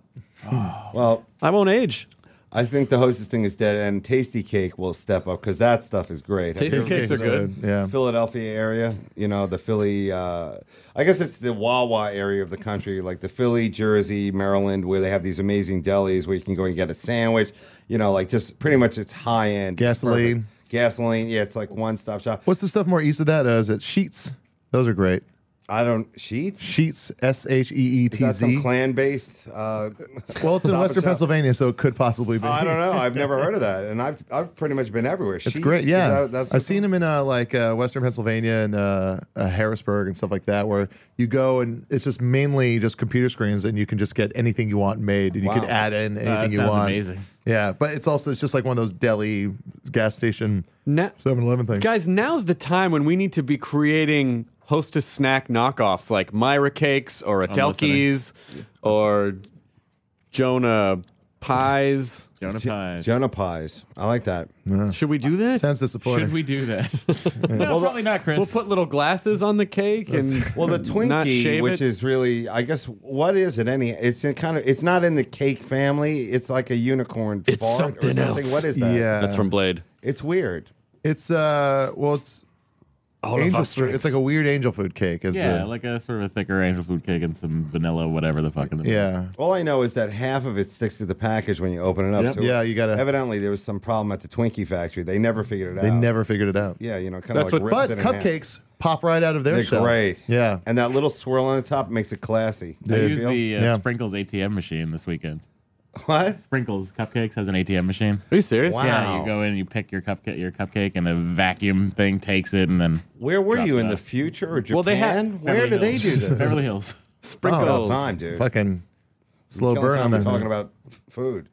Speaker 7: Well,
Speaker 11: I won't age.
Speaker 7: I think the hostess thing is dead, and Tasty Cake will step up because that stuff is great. Have you
Speaker 11: Tasty
Speaker 7: ever-
Speaker 11: cakes are good.
Speaker 9: Yeah.
Speaker 7: Philadelphia area, you know, the Philly, uh, I guess it's the Wawa area of the country, like the Philly, Jersey, Maryland, where they have these amazing delis where you can go and get a sandwich, you know, like just pretty much it's high end.
Speaker 9: Gasoline.
Speaker 7: Gasoline. Yeah, it's like one stop shop.
Speaker 9: What's the stuff more east of that? Uh, is it sheets? Those are great.
Speaker 7: I don't, sheets?
Speaker 9: Sheets S H E E
Speaker 7: Is
Speaker 9: T
Speaker 7: that
Speaker 9: Z.
Speaker 7: some clan based? Uh,
Speaker 9: Well, it's in
Speaker 7: Stop
Speaker 9: Western
Speaker 7: and Shop?
Speaker 9: Pennsylvania, so it could possibly be.
Speaker 7: I don't know. I've never heard of that. And I've, I've pretty much been everywhere.
Speaker 9: It's
Speaker 7: Sheetz?
Speaker 9: great,
Speaker 7: Is
Speaker 9: yeah.
Speaker 7: that- that's
Speaker 9: I've seen them in uh, like uh, Western Pennsylvania and uh, uh, Harrisburg and stuff like that, where you go and it's just mainly just computer screens, and you can just get anything you want made, and you
Speaker 7: Wow.
Speaker 9: can add in anything
Speaker 8: that
Speaker 9: you
Speaker 8: sounds
Speaker 9: want.
Speaker 8: amazing.
Speaker 9: Yeah, but it's also it's just like one of those deli gas station
Speaker 11: Na-
Speaker 9: 7-Eleven things.
Speaker 11: Guys, now's the time when we need to be creating hostess snack knockoffs like Myra cakes or Atelkis or Jonah pies.
Speaker 8: Jonah pies.
Speaker 7: Jonah Pies. I like that.
Speaker 11: Should we do this?
Speaker 9: Sounds disappointing.
Speaker 8: Should we do that? no, probably not, Chris.
Speaker 11: We'll put little glasses on the cake and
Speaker 7: Well, the
Speaker 11: not
Speaker 7: Twinkie,
Speaker 11: shave
Speaker 7: which
Speaker 11: it.
Speaker 7: is really, I guess, what is it? Any? It's in kind of. It's not in the cake family. It's like a unicorn.
Speaker 11: It's
Speaker 7: fart or
Speaker 11: something else.
Speaker 7: What is that?
Speaker 9: Yeah,
Speaker 11: that's from Blade.
Speaker 7: it's weird.
Speaker 9: it's uh well it's
Speaker 11: All
Speaker 9: angel food. It's like a weird angel food cake. Is
Speaker 8: yeah,
Speaker 9: the,
Speaker 8: like a sort of a thicker angel food cake and some vanilla, whatever the fuck. In the
Speaker 9: yeah.
Speaker 7: All I know is that half of it sticks to the package when you open it up.
Speaker 8: Yep.
Speaker 7: So
Speaker 9: Yeah, you gotta-
Speaker 7: Evidently, there was some problem at the Twinkie factory. They never figured it
Speaker 9: They
Speaker 7: out.
Speaker 9: never figured it out.
Speaker 7: Yeah, you know, kind
Speaker 11: That's
Speaker 7: of like
Speaker 11: what-
Speaker 7: rips
Speaker 9: But
Speaker 7: it in half.
Speaker 9: cupcakes pop right out of their
Speaker 7: They're
Speaker 9: shell.
Speaker 7: great.
Speaker 9: Yeah.
Speaker 7: and that little swirl on the top makes it classy.
Speaker 8: I
Speaker 9: Dude.
Speaker 8: used
Speaker 7: Feel?
Speaker 8: the uh,
Speaker 9: Yeah.
Speaker 8: Sprinkles ATM machine this weekend.
Speaker 7: What?
Speaker 8: Sprinkles Cupcakes has an ATM machine.
Speaker 11: Are you serious?
Speaker 7: Wow.
Speaker 8: Yeah, you go in and you pick your cupcake, your cupcake, and the vacuum thing takes it, and then
Speaker 7: Where were
Speaker 8: Drop
Speaker 7: you
Speaker 8: it
Speaker 7: in the
Speaker 8: off.
Speaker 7: future or Japan?
Speaker 11: Well, they had-
Speaker 7: Where
Speaker 8: Beverly
Speaker 7: do they
Speaker 8: Hills.
Speaker 7: do this?
Speaker 8: Beverly Hills.
Speaker 11: Sprinkles.
Speaker 7: All time, dude.
Speaker 9: Oh, Fucking slow
Speaker 7: Killing
Speaker 9: burn
Speaker 7: time
Speaker 9: on
Speaker 7: for
Speaker 9: that.
Speaker 7: talking
Speaker 9: thing.
Speaker 7: about food.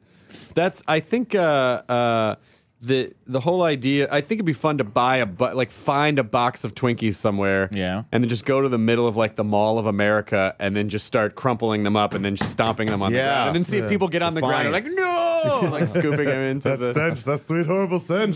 Speaker 11: That's I think uh, uh, the the whole idea. I think it'd be fun to buy a bu- like find a box of Twinkies somewhere.
Speaker 8: Yeah.
Speaker 11: and then just go to the middle of like the Mall of America and then just start crumpling them up and then just stomping them on
Speaker 7: Yeah.
Speaker 11: the ground and then see if people get on the ground and
Speaker 7: Defiance.
Speaker 11: like no. oh, like scooping him into
Speaker 9: That
Speaker 11: the.
Speaker 9: stench, that sweet horrible stench.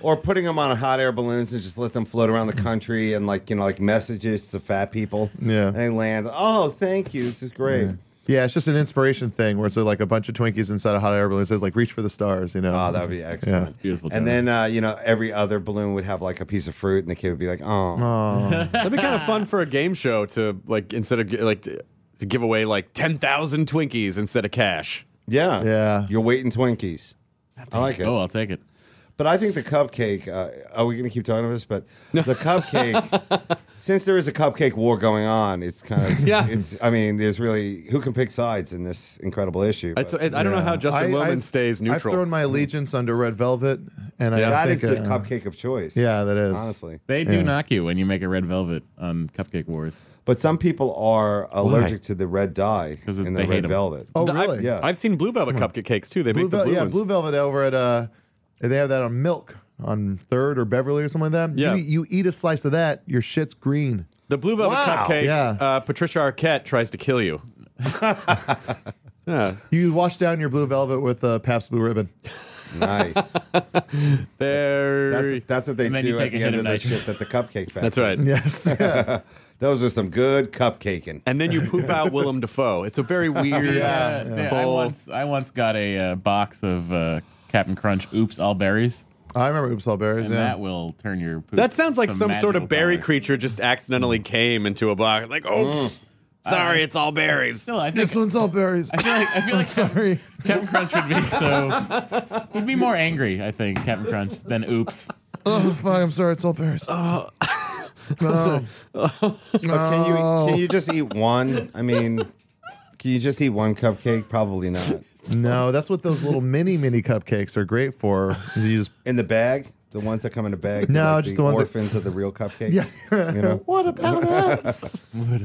Speaker 7: Or putting them on hot air balloons and just let them float around the country and like you know like messages to fat people.
Speaker 9: Yeah.
Speaker 7: and they land. Oh, thank you. This is great.
Speaker 9: yeah, it's just an inspiration thing where it's uh, like a bunch of Twinkies inside a hot air balloon. It says like reach for the stars, you know.
Speaker 7: Oh, that would be excellent.
Speaker 8: beautiful,
Speaker 7: And then uh, you know every other balloon would have like a piece of fruit, and the kid would be like, "Oh,
Speaker 9: Oh,
Speaker 11: That'd be kind of fun for a game show to like instead of like to, to give away like ten thousand Twinkies instead of cash.
Speaker 7: yeah,
Speaker 9: Yeah.
Speaker 7: you're waiting Twinkies." I like it.
Speaker 8: Oh, I'll take it.
Speaker 7: But I think the cupcake. Uh, are we going to keep talking about this? But the cupcake. since there is a cupcake war going on, it's kind of.
Speaker 11: Yeah.
Speaker 7: It's, I mean, there's really who can pick sides in this incredible issue.
Speaker 11: It's,
Speaker 7: but
Speaker 11: I don't know how Justin
Speaker 9: I-
Speaker 11: Willman
Speaker 9: I've-
Speaker 11: stays
Speaker 9: I've
Speaker 11: neutral.
Speaker 9: thrown my allegiance under red velvet, and I
Speaker 7: that is
Speaker 9: think
Speaker 7: the
Speaker 9: uh,
Speaker 7: cupcake of choice.
Speaker 9: Yeah, that is
Speaker 7: honestly.
Speaker 8: They do
Speaker 9: Yeah.
Speaker 8: knock you when you make a red velvet on Cupcake Wars
Speaker 7: But some people are allergic to the red dye
Speaker 8: 'Cause
Speaker 7: in the
Speaker 8: they hate
Speaker 7: red
Speaker 8: 'em.
Speaker 7: velvet.
Speaker 9: Oh,
Speaker 11: I've-
Speaker 9: really?
Speaker 7: Yeah.
Speaker 11: I've seen blue velvet cupcake cakes too. They
Speaker 9: Blue
Speaker 11: make the
Speaker 9: Vel-
Speaker 11: blue
Speaker 9: yeah,
Speaker 11: ones.
Speaker 9: Blue Velvet over at uh, they have that on Milk on Third or Beverly or something like that.
Speaker 11: Yeah.
Speaker 9: you, you eat a slice of that, your shit's green.
Speaker 11: The blue velvet
Speaker 7: Wow.
Speaker 11: cupcake.
Speaker 9: Yeah.
Speaker 11: Uh, Patricia Arquette tries to kill you. yeah.
Speaker 9: You wash down your Blue Velvet with uh, Pabst Blue Ribbon.
Speaker 7: nice.
Speaker 11: Very.
Speaker 7: That's, that's what they
Speaker 8: And then you
Speaker 7: do at
Speaker 8: take
Speaker 7: the
Speaker 8: a hit
Speaker 7: end
Speaker 8: of
Speaker 7: of the
Speaker 8: nitrous.
Speaker 7: shit at the cupcake factory.
Speaker 11: That's right.
Speaker 9: Yes,
Speaker 7: Those are some good cupcaking.
Speaker 11: And then you poop out Willem Dafoe. It's a very weird.
Speaker 8: Uh, they- I
Speaker 11: bowl.
Speaker 8: once I once got a uh, box of uh, Captain Crunch Oops All Berries,
Speaker 9: I remember Oops All Berries.
Speaker 8: and
Speaker 9: yeah.
Speaker 8: that will turn your poop.
Speaker 11: That sounds like some, sort of
Speaker 8: magical
Speaker 11: berry
Speaker 8: color.
Speaker 11: creature just accidentally came into a box. Like, oh, oops, sorry, it's all berries.
Speaker 8: Still, Mm. I think
Speaker 9: this one's all berries.
Speaker 8: I feel like I feel like Captain-
Speaker 9: Sorry.
Speaker 8: Captain Crunch would be so would be more angry. I think Captain Crunch than Oops.
Speaker 9: Oh fuck! I'm sorry. It's all berries. Oh. No.
Speaker 7: But Uh, Oh, can you can you just eat one? I mean, can you just eat one cupcake? Probably not.
Speaker 9: no, that's what those little mini mini cupcakes are great for. is You just
Speaker 7: In the bag, the ones that come in a bag.
Speaker 9: No,
Speaker 7: like
Speaker 9: just
Speaker 7: the
Speaker 9: the ones that-
Speaker 7: orphans of the real cupcake.
Speaker 9: Yeah.
Speaker 7: you know.
Speaker 9: what about us?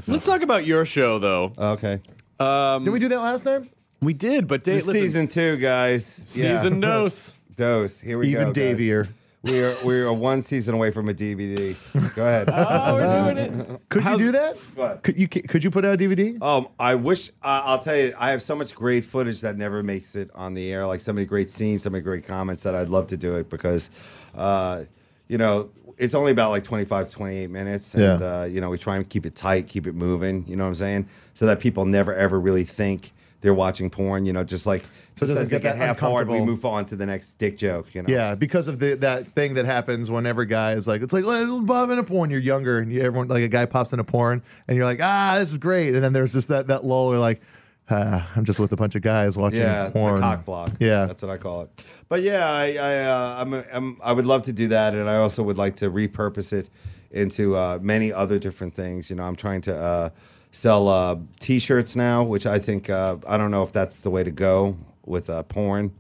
Speaker 11: Let's talk about your show, though.
Speaker 7: Okay.
Speaker 11: Um,
Speaker 9: Did we do that last time?
Speaker 11: we did, but Dave,
Speaker 7: This
Speaker 11: listen,
Speaker 7: season two, guys.
Speaker 11: season
Speaker 7: yeah.
Speaker 11: dose.
Speaker 7: dose. Here we
Speaker 9: Even
Speaker 7: go. guys.
Speaker 9: Davier.
Speaker 7: We are we are one season away from a DVD. Go ahead.
Speaker 9: Ah.
Speaker 8: Oh,
Speaker 7: Uh-huh.
Speaker 8: we're doing it.
Speaker 9: Could
Speaker 11: How's-
Speaker 9: you do that?
Speaker 7: What?
Speaker 9: Could you could you put out a DVD?
Speaker 7: Um, I wish I I'll tell you. I have so much great footage that never makes it on the air. Like so many great scenes, so many great comments that I'd love to do it because, uh, you know, it's only about like 25, 28 minutes, and
Speaker 9: Yeah.
Speaker 7: uh, you know, we try and keep it tight, keep it moving. You know what I'm saying? So that people never ever really think they're watching porn. You know, just like
Speaker 9: So it
Speaker 7: just
Speaker 9: doesn't
Speaker 7: as they
Speaker 9: get that
Speaker 7: half-hard, we
Speaker 9: uncomfortable.
Speaker 7: move on to the next dick joke. You know?
Speaker 9: Yeah, because of the that thing that happens when every guy is like, it's like "Let's pop in a porn. You're younger, and you, everyone like a guy pops in a porn, and you're like, ah, this is great. And then there's just that that lull. Where like, ah, I'm just with a bunch of guys watching
Speaker 7: yeah,
Speaker 9: porn.
Speaker 7: the cock block.
Speaker 9: Yeah.
Speaker 7: that's what I call it. But yeah, I I, uh, I'm, I'm I would love to do that, and I also would like to repurpose it into uh, many other different things. You know, I'm trying to uh, sell uh, t-shirts now, which I think uh, I don't know if that's the way to go with uh, porn,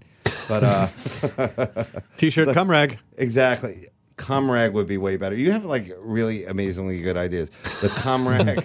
Speaker 7: but uh,
Speaker 11: T-shirt, cum rag.
Speaker 7: exactly. Comrag would be way better. You have like really amazingly good ideas. The Comrag,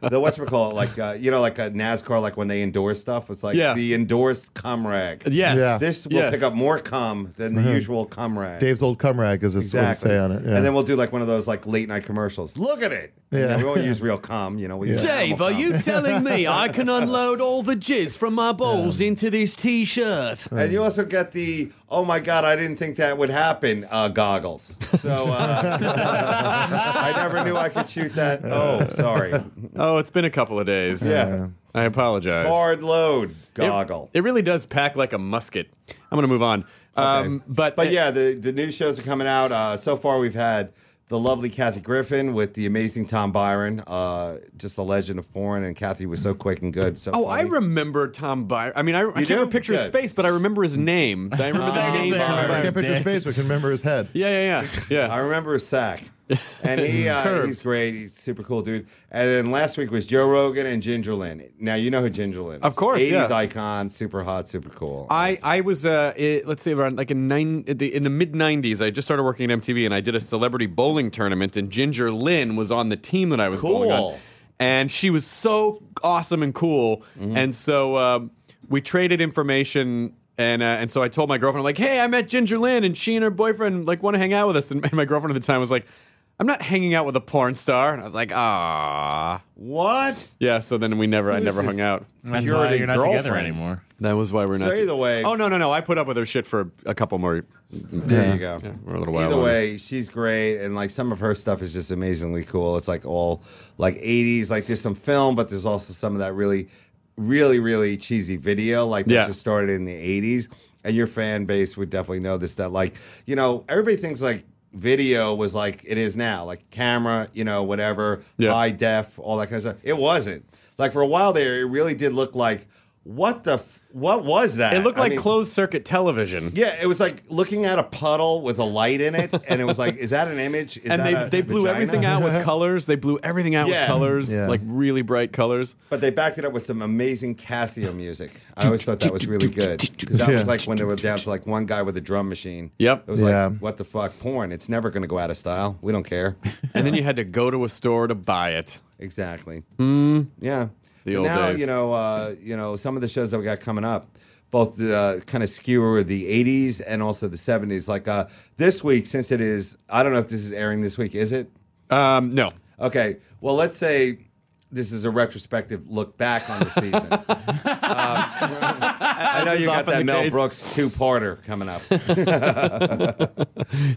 Speaker 7: the whatchamacallit, like uh, you know, like a NASCAR, like when they endorse stuff, it's like
Speaker 11: Yeah.
Speaker 7: the endorsed Comrag.
Speaker 11: Yes.
Speaker 9: Yeah. Mm-hmm.
Speaker 7: This will
Speaker 11: Yes.
Speaker 7: pick up more cum than the usual cum rag.
Speaker 9: Dave's old cum rag is a
Speaker 7: exactly.
Speaker 9: say on it. Yeah.
Speaker 7: And then we'll do like one of those like late night commercials. Look at it. You
Speaker 9: Yeah.
Speaker 7: know, we won't use real cum. You know, we use
Speaker 11: Dave,
Speaker 7: animal
Speaker 11: are you
Speaker 7: cum.
Speaker 11: telling me I can unload all the jizz from my balls into this T-shirt?
Speaker 7: And you also get the oh my god, I didn't think that would happen uh, goggles. So uh, I never knew I could shoot that. Oh, sorry.
Speaker 11: Oh, it's been a couple of days.
Speaker 7: Yeah.
Speaker 11: I apologize.
Speaker 7: Hard load
Speaker 11: It-
Speaker 7: goggle.
Speaker 11: It, really does pack like a musket. I'm gonna move on. Um, but
Speaker 7: But yeah, the, the new shows are coming out. Uh, so far, we've had the lovely Kathy Griffin with the amazing Tom Byron, uh, just a legend of porn. And Kathy was so quick and good. So
Speaker 11: Oh, I
Speaker 7: funny.
Speaker 11: remember Tom Byron. I mean, I, I can't
Speaker 7: do?
Speaker 11: remember picture his
Speaker 7: Good.
Speaker 11: face, but I remember his name. I remember the
Speaker 8: Tom
Speaker 11: name
Speaker 8: Byron.
Speaker 11: Tom
Speaker 9: I
Speaker 11: Byron.
Speaker 9: can't picture his
Speaker 8: Dave.
Speaker 9: face, but I can remember his head.
Speaker 11: Yeah, yeah, yeah, yeah.
Speaker 7: I remember his sack. And he uh,
Speaker 11: Curved.
Speaker 7: he's great. He's a super cool dude. And then last week was Joe Rogan and Ginger Lynn. Now you know who Ginger Lynn is.
Speaker 11: Of course,
Speaker 7: 80s
Speaker 11: yeah.
Speaker 7: icon, super hot, super cool.
Speaker 11: I, I was uh i let's say around like in nine at the, in the mid '90s. I just started working at MTV, and I did a celebrity bowling tournament, and Ginger Lynn was on the team that I was bowling on,
Speaker 7: Cool.
Speaker 11: and she was so awesome and cool, and so um, we traded information. And, uh, and so I told my girlfriend, I'm like, hey, I met Ginger Lynn, and she and her boyfriend like want to hang out with us. And my girlfriend at the time was like, I'm not hanging out with a porn star. And I was like, ah.
Speaker 7: What?
Speaker 11: Yeah, so then we never, I
Speaker 7: Who's
Speaker 11: never
Speaker 7: this
Speaker 11: hung out.
Speaker 8: That's why
Speaker 7: Purity
Speaker 8: you're not together
Speaker 7: girlfriend.
Speaker 8: anymore.
Speaker 11: That was why we're not.
Speaker 7: So either way-
Speaker 11: Oh, no, no, no. I put up with her shit for a couple more.
Speaker 7: There you go.
Speaker 11: Yeah, we're a little while
Speaker 7: Either
Speaker 11: longer.
Speaker 7: way, she's great, and like some of her stuff is just amazingly cool. It's like all like '80s, like there's some film, but there's also some of that really, really, really cheesy video, like that
Speaker 11: Yeah.
Speaker 7: just started in the '80s. And your fan base would definitely know this. That like you know everybody thinks like video was like it is now, like camera, you know, whatever,
Speaker 11: Yeah.
Speaker 7: high def, all that kind of stuff. It wasn't. Like for a while there, it really did look like what the. f- What was that?
Speaker 11: It looked
Speaker 7: I
Speaker 11: like
Speaker 7: mean-
Speaker 11: closed circuit television.
Speaker 7: yeah, it was like looking at a puddle with a light in it, and it was like, is that an image? Is
Speaker 11: and
Speaker 7: that
Speaker 11: they,
Speaker 7: a
Speaker 11: they blew
Speaker 7: vagina?
Speaker 11: everything out with colors. They blew everything out
Speaker 7: Yeah.
Speaker 11: with colors,
Speaker 9: Yeah.
Speaker 11: like really bright colors.
Speaker 7: But they backed it up with some amazing Casio music. I always thought that was really good. 'Cause that
Speaker 9: Yeah.
Speaker 7: was like when they were down to like one guy with a drum machine.
Speaker 11: Yep.
Speaker 7: It was
Speaker 9: Yeah.
Speaker 7: like, what the fuck, porn? It's never going to go out of style. We don't care.
Speaker 11: And then you had to go to a store to buy it.
Speaker 7: Exactly. Yeah.
Speaker 11: Hmm. The
Speaker 7: But
Speaker 11: old
Speaker 7: now,
Speaker 11: days.
Speaker 7: you know, uh, you know, some of the shows that we got coming up, both the uh, kind of skewer the '80s and also the '70s. Like uh, this week, since it is, I don't know if this is airing this week. Is it?
Speaker 11: Um, no.
Speaker 7: Okay. Well, let's say this is a retrospective look back on the season. Um, I know
Speaker 11: As
Speaker 7: you
Speaker 11: is
Speaker 7: got
Speaker 11: often the
Speaker 7: that Mel
Speaker 11: case.
Speaker 7: Brooks two-parter coming up.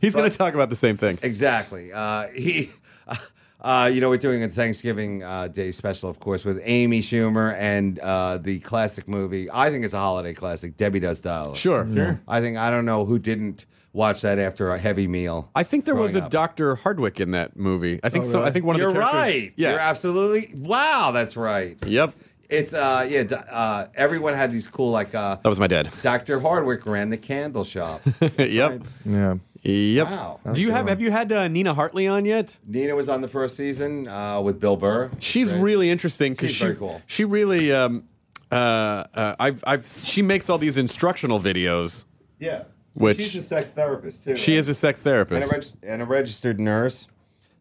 Speaker 11: He's going to talk about the same thing.
Speaker 7: exactly. Uh, he. Uh, you know, we're doing a Thanksgiving uh, Day special, of course, with Amy Schumer and uh, the classic movie. I think it's a holiday classic, Debbie Does Dallas.
Speaker 11: Sure.
Speaker 9: Mm-hmm.
Speaker 11: Sure.
Speaker 7: I think, I don't know who didn't watch that after a heavy meal.
Speaker 11: I think there was a
Speaker 7: Growing up. Oh,
Speaker 11: Dr. Hardwick in that movie. I think so. I think one
Speaker 7: You're
Speaker 11: of the characters.
Speaker 7: right.
Speaker 11: Yeah.
Speaker 7: You're absolutely. Wow, that's right.
Speaker 11: yep.
Speaker 7: It's uh yeah d- uh everyone had these cool like uh
Speaker 11: That was my dad.
Speaker 7: Dr. Hardwick ran the candle shop.
Speaker 11: yep.
Speaker 9: Yeah.
Speaker 11: Yep.
Speaker 7: Wow.
Speaker 11: Do you have have you had uh, Nina Hartley on yet?
Speaker 7: Nina was on the first season uh with Bill Burr.
Speaker 11: She's
Speaker 7: Right.
Speaker 11: really interesting because
Speaker 7: She's
Speaker 11: she
Speaker 7: very cool.
Speaker 11: she really um uh, uh I've I've she makes all these instructional videos.
Speaker 7: Yeah.
Speaker 11: Which-
Speaker 7: she's a sex therapist too.
Speaker 11: She is a sex
Speaker 7: and a,
Speaker 11: therapist.
Speaker 7: reg- and a registered nurse.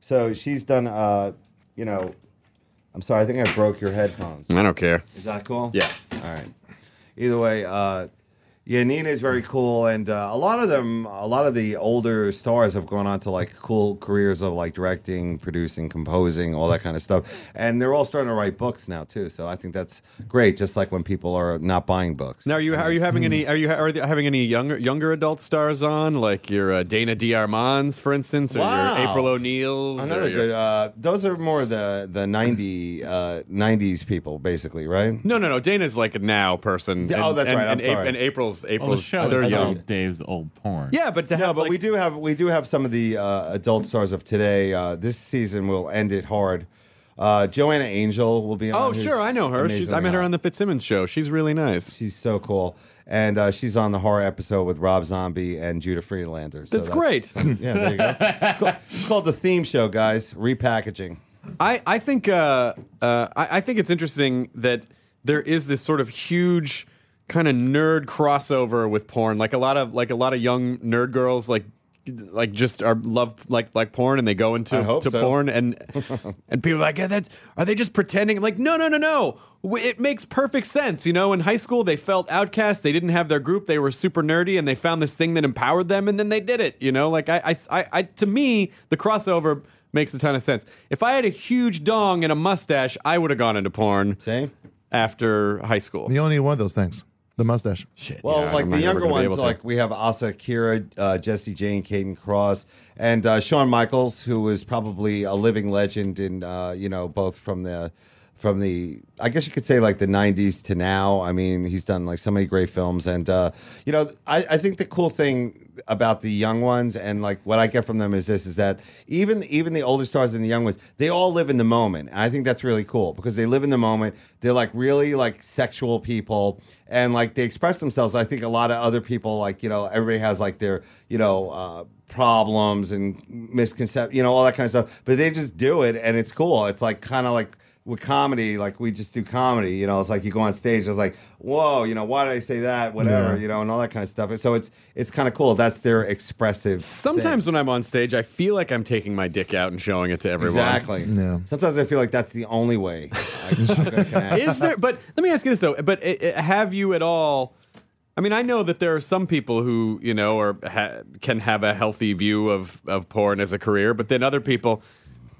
Speaker 7: So she's done uh you know I'm sorry, I think I broke your headphones.
Speaker 11: I don't care.
Speaker 7: Is that cool?
Speaker 11: Yeah.
Speaker 7: All right. Either way, uh, yeah, Nina is very cool, and uh, a lot of them, a lot of the older stars have gone on to like cool careers of like directing, producing, composing, all that kind of stuff, and they're all starting to write books now too. So I think that's great. Just like when people are not buying books.
Speaker 11: Now, are you are you having any are you are you having any younger younger adult stars on like your uh, Dana Diarmonds, for instance, or your
Speaker 7: Wow.
Speaker 11: April O'Neils? or
Speaker 7: Another
Speaker 11: your-
Speaker 7: good. Uh, those are more the the 90, uh, 90s people, basically, right?
Speaker 11: No, no, no. Dana's like a now person.
Speaker 7: Yeah, oh, that's
Speaker 11: and,
Speaker 7: right, I'm
Speaker 11: And, Ap-
Speaker 7: sorry.
Speaker 11: and April's
Speaker 8: Well, Oh, the
Speaker 11: April's
Speaker 8: show
Speaker 11: they're
Speaker 8: is
Speaker 11: young.
Speaker 8: called Dave's old porn.
Speaker 11: Yeah, but to
Speaker 7: No,
Speaker 11: have
Speaker 7: but
Speaker 11: like,
Speaker 7: we do have we do have some of the uh, adult stars of today. Uh, this season will end it hard. Uh, Joanna Angel will be on.
Speaker 11: Oh,
Speaker 7: who's
Speaker 11: sure, I know her. She's, I
Speaker 7: amazingly
Speaker 11: met her
Speaker 7: hot.
Speaker 11: on the Fitzsimmons show. She's really nice.
Speaker 7: She's so cool, and uh, she's on the horror episode with Rob Zombie and Judah Friedlander. So
Speaker 11: That's great.
Speaker 7: Yeah, there you go. it's, called, it's called the theme show, guys. Repackaging.
Speaker 11: I, I think uh, uh, I, I think it's interesting that there is this sort of huge kind of nerd crossover with porn. Like a lot of like a lot of young nerd girls like like just are love like like porn and they go into
Speaker 7: I hope
Speaker 11: to
Speaker 7: so.
Speaker 11: porn and and people are like yeah, that's are they just pretending? I'm like no no no no. W- It makes perfect sense, you know. In high school, they felt outcast. They didn't have their group. They were super nerdy, and they found this thing that empowered them, and then they did it. You know, like I, I, I, I to me, the crossover makes a ton of sense. If I had a huge dong and a mustache, I would have gone into porn
Speaker 7: See?
Speaker 11: after high school.
Speaker 9: You only need one of those things. The mustache.
Speaker 7: Well,
Speaker 11: Yeah, I'm
Speaker 7: like
Speaker 11: not
Speaker 7: the
Speaker 11: ever
Speaker 7: younger
Speaker 11: gonna be
Speaker 7: ones,
Speaker 11: able to.
Speaker 7: like we have Asa Kira, uh, Jesse Jane, Caden Cross, and uh, Shawn Michaels, who was probably a living legend in uh, you know both from the from the I guess you could say like the '90s to now. I mean, he's done like so many great films, and uh, you know, I, I think the cool thing about the young ones and like what I get from them is this is that even even the older stars and the young ones they all live in the moment and I think that's really cool because they live in the moment they're like really like sexual people and like they express themselves I think a lot of other people like you know everybody has like their you know uh problems and misconceptions you know all that kind of stuff but they just do it and it's cool it's like kind of like with comedy, like we just do comedy, you know, it's like you go on stage, it's like, whoa, you know, why did I say that? Whatever, you know, and all that kind of stuff. And So it's it's kind of cool. That's their expressive.
Speaker 11: Sometimes when I'm on stage, I feel like I'm taking my dick out and showing it to
Speaker 7: thing.
Speaker 11: everyone.
Speaker 7: exactly.
Speaker 9: Yeah.
Speaker 7: Sometimes I feel like that's the only way. I, I can act.
Speaker 11: eh, is there but let me ask you this though but uh, uh, have you at all I mean, I know that there are some people who you know are ha- can have a healthy view of of porn as a career, but then other people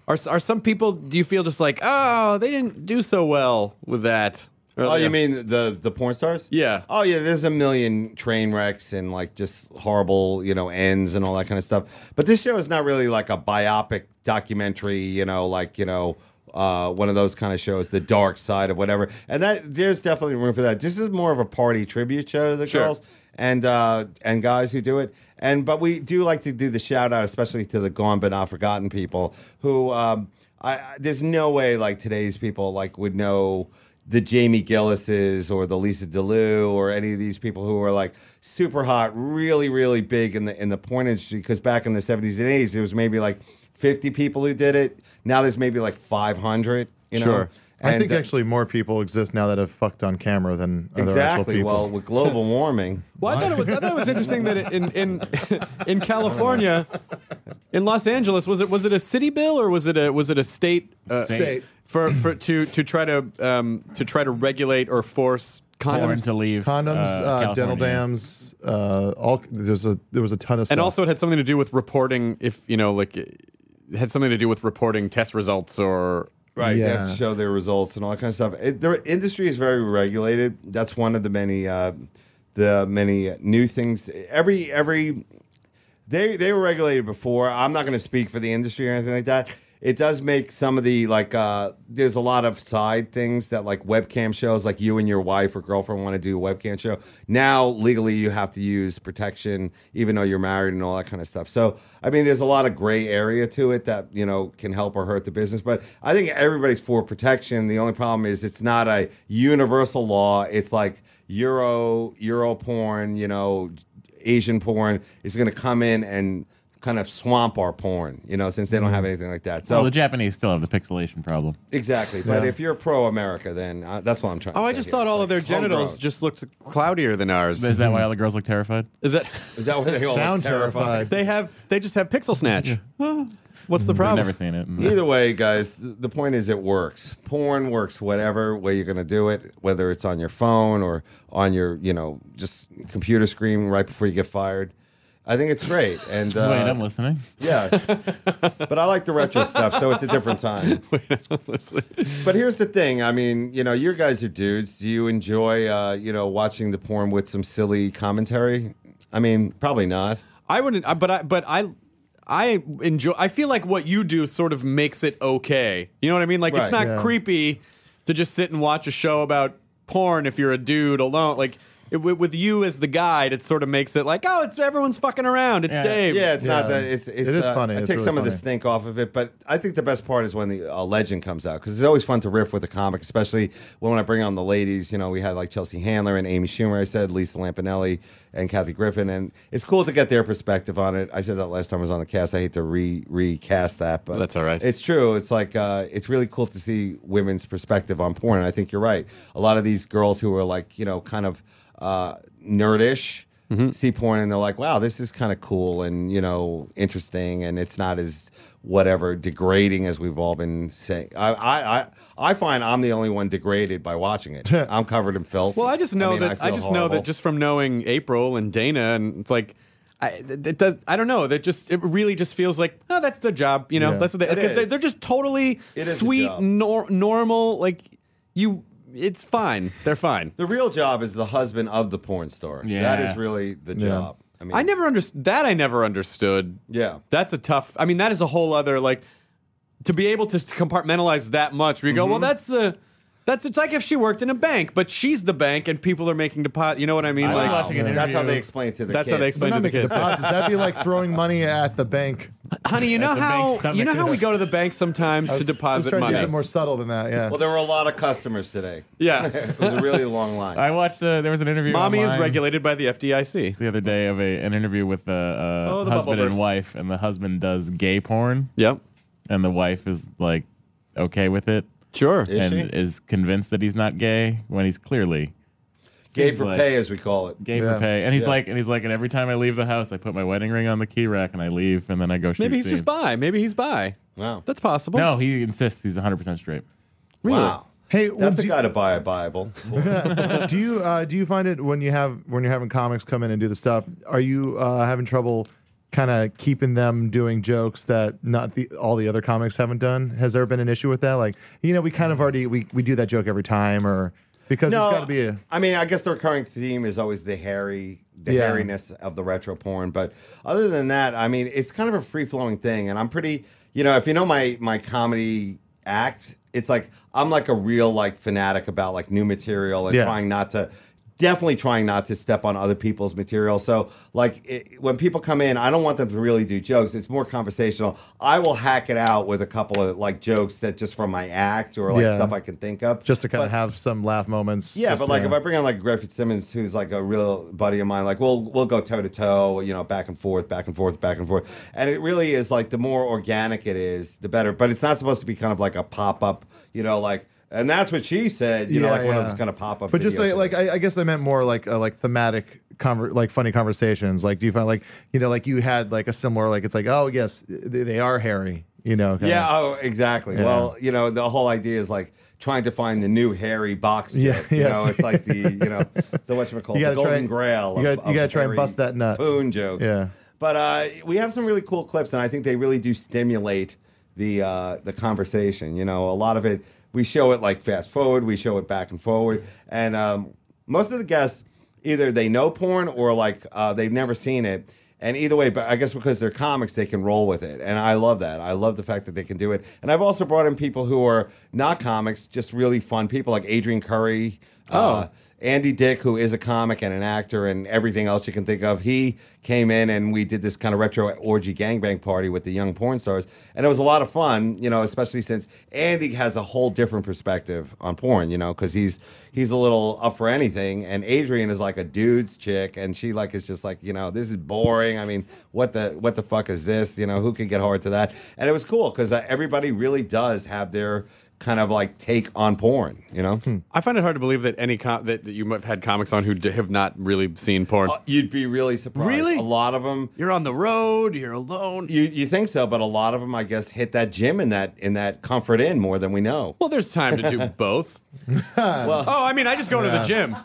Speaker 11: are are some people. Do you feel just like oh they didn't do so well with that? Or
Speaker 7: Oh,
Speaker 11: they-
Speaker 7: you mean the the porn stars?
Speaker 11: Yeah.
Speaker 7: Oh yeah, there's a million train wrecks and like just horrible, you know, ends and all that kind of stuff. But this show is not really like a biopic documentary, you know, like, you know, uh, one of those kind of shows, the dark side of whatever. And that there's definitely room for that. This is more of a party tribute show to the
Speaker 11: Sure.
Speaker 7: girls and uh and guys who do it. And but we do like to do the shout out, especially to the gone but not forgotten people who um I, I there's no way like today's people like would know the Jamie Gillises or the Lisa DeLu or any of these people who are like super hot, really, really big in the in the porn industry. Because back in the 70s and 80s, there was maybe like 50 people who did it. Now there's maybe like 500. You know?
Speaker 11: Sure.
Speaker 9: I think
Speaker 7: uh,
Speaker 9: actually more people exist now that have fucked on camera than other actual
Speaker 7: exactly.
Speaker 9: people.
Speaker 7: Well, with global warming,
Speaker 11: Well, I thought it was I thought it was interesting that in in in California, in Los Angeles, was it was it a city bill or was it a was it a state uh,
Speaker 9: State.
Speaker 11: for for to to try to um to try to regulate or force
Speaker 8: Born
Speaker 11: condoms
Speaker 8: to leave
Speaker 9: condoms, uh,
Speaker 8: California.
Speaker 9: dental dams, uh, all there's a there was a ton of stuff.
Speaker 11: and also it had something to do with reporting if you know like it had something to do with reporting test results or
Speaker 7: right? They have
Speaker 9: Yeah.
Speaker 7: to show their results and all that kind of stuff. It, the industry is very regulated. That's one of the many, uh, the many new things. Every every they they were regulated before. I'm not going to speak for the industry or anything like that. It does make some of the like uh there's a lot of side things that like webcam shows like you and your wife or girlfriend want to do a webcam show. Now legally you have to use protection even though you're married and all that kind of stuff. So I mean there's a lot of gray area to it that you know can help or hurt the business, but I think everybody's for protection. The only problem is it's not a universal law. It's like euro euro porn, you know, Asian porn is going to come in and kind of swamp our porn, you know, since they don't have anything like that.
Speaker 8: Mm. Well,
Speaker 7: So
Speaker 8: the Japanese still have the pixelation problem.
Speaker 7: exactly. But
Speaker 9: Yeah.
Speaker 7: if you're pro America, then uh, that's what I'm trying.
Speaker 11: oh
Speaker 7: to
Speaker 11: I
Speaker 7: say
Speaker 11: just
Speaker 7: here.
Speaker 11: thought all of their
Speaker 7: Like, homegrown.
Speaker 11: genitals just looked cloudier than ours
Speaker 8: Is that
Speaker 9: Mm-hmm.
Speaker 8: why all the girls look terrified?
Speaker 11: is that
Speaker 7: is that what they all sound
Speaker 9: sound
Speaker 7: terrified.
Speaker 9: terrified.
Speaker 11: they have they just have pixel snatch what's the
Speaker 8: I've
Speaker 11: problem
Speaker 8: never seen it.
Speaker 7: Either way, guys, th- the point is it works. Porn works whatever way you're going to do it, whether it's on your phone or on your, you know, just computer screen right before you get fired. I think it's great. And uh,
Speaker 8: Wait, I'm listening.
Speaker 7: yeah, but I like the retro stuff, so it's a different time. But here's the thing. I mean, you know, you guys are dudes. Do you enjoy, uh, you know, watching the porn with some silly commentary? I mean, probably not.
Speaker 11: I wouldn't, I- but I, but I, I enjoy. I feel like what you do sort of makes it okay. You know what I mean? Like it's
Speaker 7: Right.
Speaker 11: not
Speaker 9: Yeah.
Speaker 11: creepy to just sit and watch a show about porn if you're a dude alone. Like it, with with you as the guide, it sort of makes it like, oh, it's everyone's fucking around. It's
Speaker 8: Yeah.
Speaker 11: Dave.
Speaker 7: Yeah, it's not
Speaker 9: Yeah.
Speaker 7: that. It's, it's
Speaker 9: It is
Speaker 7: uh,
Speaker 9: funny.
Speaker 7: I
Speaker 9: It's
Speaker 7: take
Speaker 9: really
Speaker 7: some of the
Speaker 9: funny.
Speaker 7: stink off of it, but I think the best part is when the uh, legend comes out because it's always fun to riff with a comic, especially when I bring on the ladies. You know, we had like Chelsea Handler and Amy Schumer. I said Lisa Lampanelli and Kathy Griffin, and it's cool to get their perspective on it. I said that last time I was on the cast. I hate to re recast that, but
Speaker 11: That's all right.
Speaker 7: It's true. It's like uh, it's really cool to see women's perspective on porn, and I think you're right. A lot of these girls who are like you know kind of uh, nerdish
Speaker 11: Mm-hmm.
Speaker 7: see porn, and they're like, "Wow, this is kind of cool and you know interesting, and it's not as whatever degrading as we've all been saying." I I I, I find I'm the only one degraded by watching it. I'm covered in filth.
Speaker 11: Well, I just know
Speaker 7: mean,
Speaker 11: that I,
Speaker 7: feel
Speaker 11: just know
Speaker 7: horrible.
Speaker 11: that just from knowing April and Dana, and it's like. I, it it does. I don't know. That just it really just feels like oh, that's their job. You know,
Speaker 9: Yeah.
Speaker 11: that's what they.
Speaker 7: It
Speaker 11: Because they
Speaker 7: is.
Speaker 11: they're just totally
Speaker 7: It is a
Speaker 11: sweet,
Speaker 7: job.
Speaker 11: nor, normal. Like you, it's fine. They're fine.
Speaker 7: the real job is the husband of the porn star.
Speaker 8: Yeah.
Speaker 7: That is really the job. I mean,
Speaker 11: I never understood that. I never understood.
Speaker 7: Yeah.
Speaker 11: that's a tough. I mean, that is a whole other like to be able to s- compartmentalize that much. We go, well, that's the that's it's like if she worked in a bank, but she's the bank and people are making deposit. You know what I mean?
Speaker 8: I was
Speaker 11: like
Speaker 8: watching an
Speaker 7: That's how
Speaker 8: interview-
Speaker 7: they explain it to the
Speaker 11: that's how they
Speaker 7: kids.
Speaker 9: They're
Speaker 11: explain to
Speaker 9: not
Speaker 11: the
Speaker 9: making
Speaker 11: kids.
Speaker 9: deposits. That'd be like throwing money at the bank.
Speaker 11: Honey, you know
Speaker 8: At the bank's
Speaker 11: how you know
Speaker 8: stomach.
Speaker 11: how we go to the bank sometimes
Speaker 9: I was-
Speaker 11: to
Speaker 9: I was
Speaker 11: deposit
Speaker 9: trying
Speaker 11: money.
Speaker 9: To get it more subtle than that. Yeah.
Speaker 7: Well, there were a lot of customers today.
Speaker 11: yeah,
Speaker 7: It was a really long line.
Speaker 8: I watched. Uh, there was an interview.
Speaker 11: mommy is
Speaker 8: online
Speaker 11: regulated by the FDIC.
Speaker 8: The other day of a, an interview with a, uh
Speaker 11: Oh, the bubble
Speaker 8: husband and
Speaker 11: burst.
Speaker 8: wife, and the husband does gay porn,
Speaker 11: Yep,
Speaker 8: and the wife is like okay with it,
Speaker 11: sure.
Speaker 7: Is
Speaker 8: and
Speaker 7: she?
Speaker 8: is convinced that he's not gay when he's clearly
Speaker 7: Gay
Speaker 8: seems
Speaker 7: for
Speaker 8: like-
Speaker 7: pay, as we call it.
Speaker 8: gay
Speaker 9: Yeah.
Speaker 8: for pay. And he's
Speaker 7: Yeah.
Speaker 8: like, and he's like, and every time I leave the house, I put my wedding ring on the key rack and I leave, and then I go. Shoot
Speaker 11: Maybe he's just
Speaker 8: scenes.
Speaker 11: bi. Maybe he's bi.
Speaker 7: Wow.
Speaker 11: That's possible.
Speaker 8: No, he insists he's 100 percent straight.
Speaker 11: really.
Speaker 7: Wow.
Speaker 9: Hey,
Speaker 7: That's
Speaker 9: would
Speaker 7: a
Speaker 9: you-
Speaker 7: guy to buy a Bible.
Speaker 9: do you uh, do you find it when you have when you're having comics come in and do the stuff? Are you uh, having trouble kind of keeping them doing jokes that not the all the other comics haven't done? Has there been an issue with that? Like you know, we kind of already we, we do that joke every time, or because there's got to be a
Speaker 7: I mean, I guess the recurring theme is always the hairy, the
Speaker 9: Yeah.
Speaker 7: hairiness of the retro porn. But other than that, I mean, it's kind of a free flowing thing, and I'm pretty, you know, if you know my my comedy act, it's like I'm like a real like fanatic about like new material and
Speaker 9: Yeah.
Speaker 7: trying not to. Definitely trying not to step on other people's material. So, like, it, when people come in, I don't want them to really do jokes. It's more conversational. I will hack it out with a couple of like jokes that just from my act or like
Speaker 9: Yeah.
Speaker 7: stuff I can think of.
Speaker 9: just to kind
Speaker 7: But-
Speaker 9: of have some laugh moments.
Speaker 7: yeah,
Speaker 9: just,
Speaker 7: but like
Speaker 9: uh,
Speaker 7: if I bring on like Greg Fitzsimmons, who's like a real buddy of mine, like we'll we'll go toe to toe, you know, back and forth, back and forth, back and forth, and it really is like the more organic it is, the better. But it's not supposed to be kind of like a pop up, you know, like and that's what she said, you know, like one of those kind of pop up.
Speaker 9: But just like, like I, I guess I meant more like uh, like thematic, conver- like funny conversations. Like, do you find like you know like you had like a similar like it's like oh yes they, they are hairy, you know? kinda.
Speaker 7: yeah, oh, exactly.
Speaker 9: Yeah.
Speaker 7: Well, you know, the whole idea is like trying to find the new hairy box.
Speaker 9: Yeah,
Speaker 7: joke, you know,
Speaker 9: yes.
Speaker 7: it's like the you know the what you call
Speaker 9: You
Speaker 7: the
Speaker 9: gotta try-
Speaker 7: golden grail.
Speaker 9: you
Speaker 7: of-
Speaker 9: gotta- you
Speaker 7: of
Speaker 9: gotta try and
Speaker 7: hairy
Speaker 9: bust that nut.
Speaker 7: spoon jokes.
Speaker 9: Yeah.
Speaker 7: But uh, we have some really cool clips, and I think they really do stimulate the uh, the conversation. You know, a lot of it we show it like fast forward, we show it back and forward, and um, most of the guests either they know porn or like uh, they've never seen it. And either way, but I guess because they're comics, they can roll with it, and I love that. I love the fact that they can do it. And I've also brought in people who are not comics, just really fun people, like Adrian Curry. uh, Andy Dick, who is a comic and an actor and everything else you can think of, he came in and we did this kind of retro orgy gangbang party with the young porn stars. And it was a lot of fun, you know, especially since Andy has a whole different perspective on porn, you know, because he's he's a little up for anything. And Adrian is like a dude's chick and she like is just like, you know, this is boring. I mean, what the what the fuck is this? You know, who can get hard to that? And it was cool because uh, everybody really does have their kind of like take on porn, you know?
Speaker 1: I find it hard to believe that any com- that, that you might have had comics on who d- have not really seen porn.
Speaker 7: Uh, You'd be really surprised.
Speaker 1: Really?
Speaker 7: A lot of them.
Speaker 11: You're on the road. You're alone.
Speaker 7: You you think so, but a lot of them, I guess, hit that gym in that in that comfort inn more than we know.
Speaker 1: Well, there's time to do both. oh, I mean, I just go to the gym.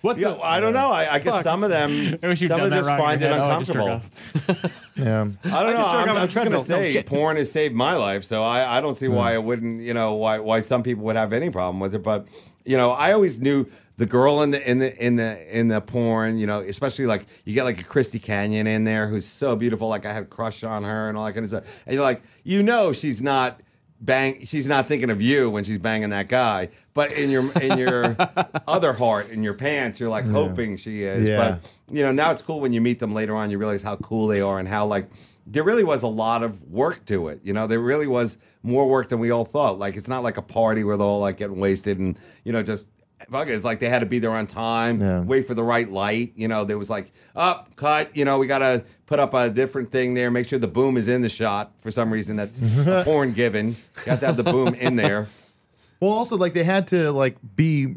Speaker 1: What?
Speaker 7: Yeah,
Speaker 1: the-
Speaker 7: I don't know. I, I guess some of them,
Speaker 8: I wish you'd
Speaker 7: some
Speaker 8: done
Speaker 7: of them just
Speaker 8: that wrong in
Speaker 7: find it
Speaker 8: your head. Oh, I just jerked
Speaker 7: uncomfortable.
Speaker 8: off.
Speaker 9: yeah.
Speaker 7: I
Speaker 1: I
Speaker 7: don't
Speaker 1: just
Speaker 7: know.
Speaker 1: jerk
Speaker 7: I'm,
Speaker 1: off on the
Speaker 7: I'm just gonna
Speaker 1: treadmill. No
Speaker 7: say
Speaker 1: shit.
Speaker 7: porn has saved my life, so I, I don't see why I wouldn't, you know, why why some people would have any problem with it. But you know, I always knew the girl in the in the in the in the porn, you know, especially like you get like a Christy Canyon in there who's so beautiful, like I had a crush on her and all that kind of stuff. And you're like, you know she's not bang she's not thinking of you when she's banging that guy. But in your in your other heart, in your pants, you're like hoping she is.
Speaker 9: Yeah.
Speaker 7: But you know now it's cool when you meet them later on you realize how cool they are and how like there really was a lot of work to it you know there really was more work than we all thought like it's not like a party where they're all like getting wasted and you know just fuck it. it's like they had to be there on time
Speaker 9: Yeah.
Speaker 7: wait for the right light you know there was like up cut you know we gotta put up a different thing there make sure the boom is in the shot for some reason that's a porn given got to have the boom in there
Speaker 9: Well, also like they had to like be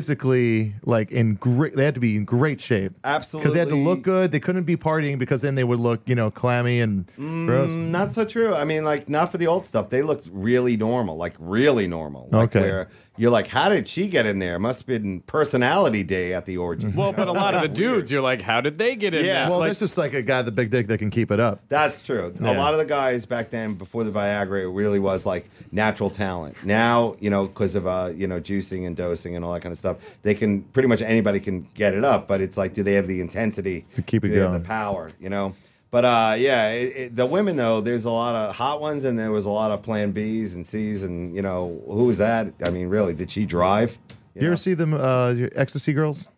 Speaker 9: physically like in great. They had to be in great shape. Because they had to
Speaker 7: Absolutely.
Speaker 9: look good. They couldn't be partying because then they would look you know clammy and gross.
Speaker 7: Mm, not so true. I mean, like not for the old stuff. They looked really normal, like really normal. Like,
Speaker 9: Okay.
Speaker 7: Where you're like, how did she get in there? Must have been personality day at the orgy.
Speaker 1: Well, but a lot of the dudes, you're like, how did they get in
Speaker 7: Yeah.
Speaker 1: there?
Speaker 9: Well,
Speaker 1: Like,
Speaker 9: that's just like a guy with a big dick that can keep it up.
Speaker 7: That's true. A
Speaker 9: Yeah.
Speaker 7: lot of the guys back then, before the Viagra, it really was like natural talent. Now, you know, because of uh, you know juicing and dosing and all that kind of stuff, they can pretty much anybody can get it up. But it's like, do they have the intensity?
Speaker 9: To keep it
Speaker 7: do they have
Speaker 9: going.
Speaker 7: the power, you know. But uh, yeah, it, it, the women though, there's a lot of hot ones, and there was a lot of Plan Bs and Cs, and you know, who was that? I mean, really, did she drive?
Speaker 9: Do you ever see them uh, your ecstasy girls?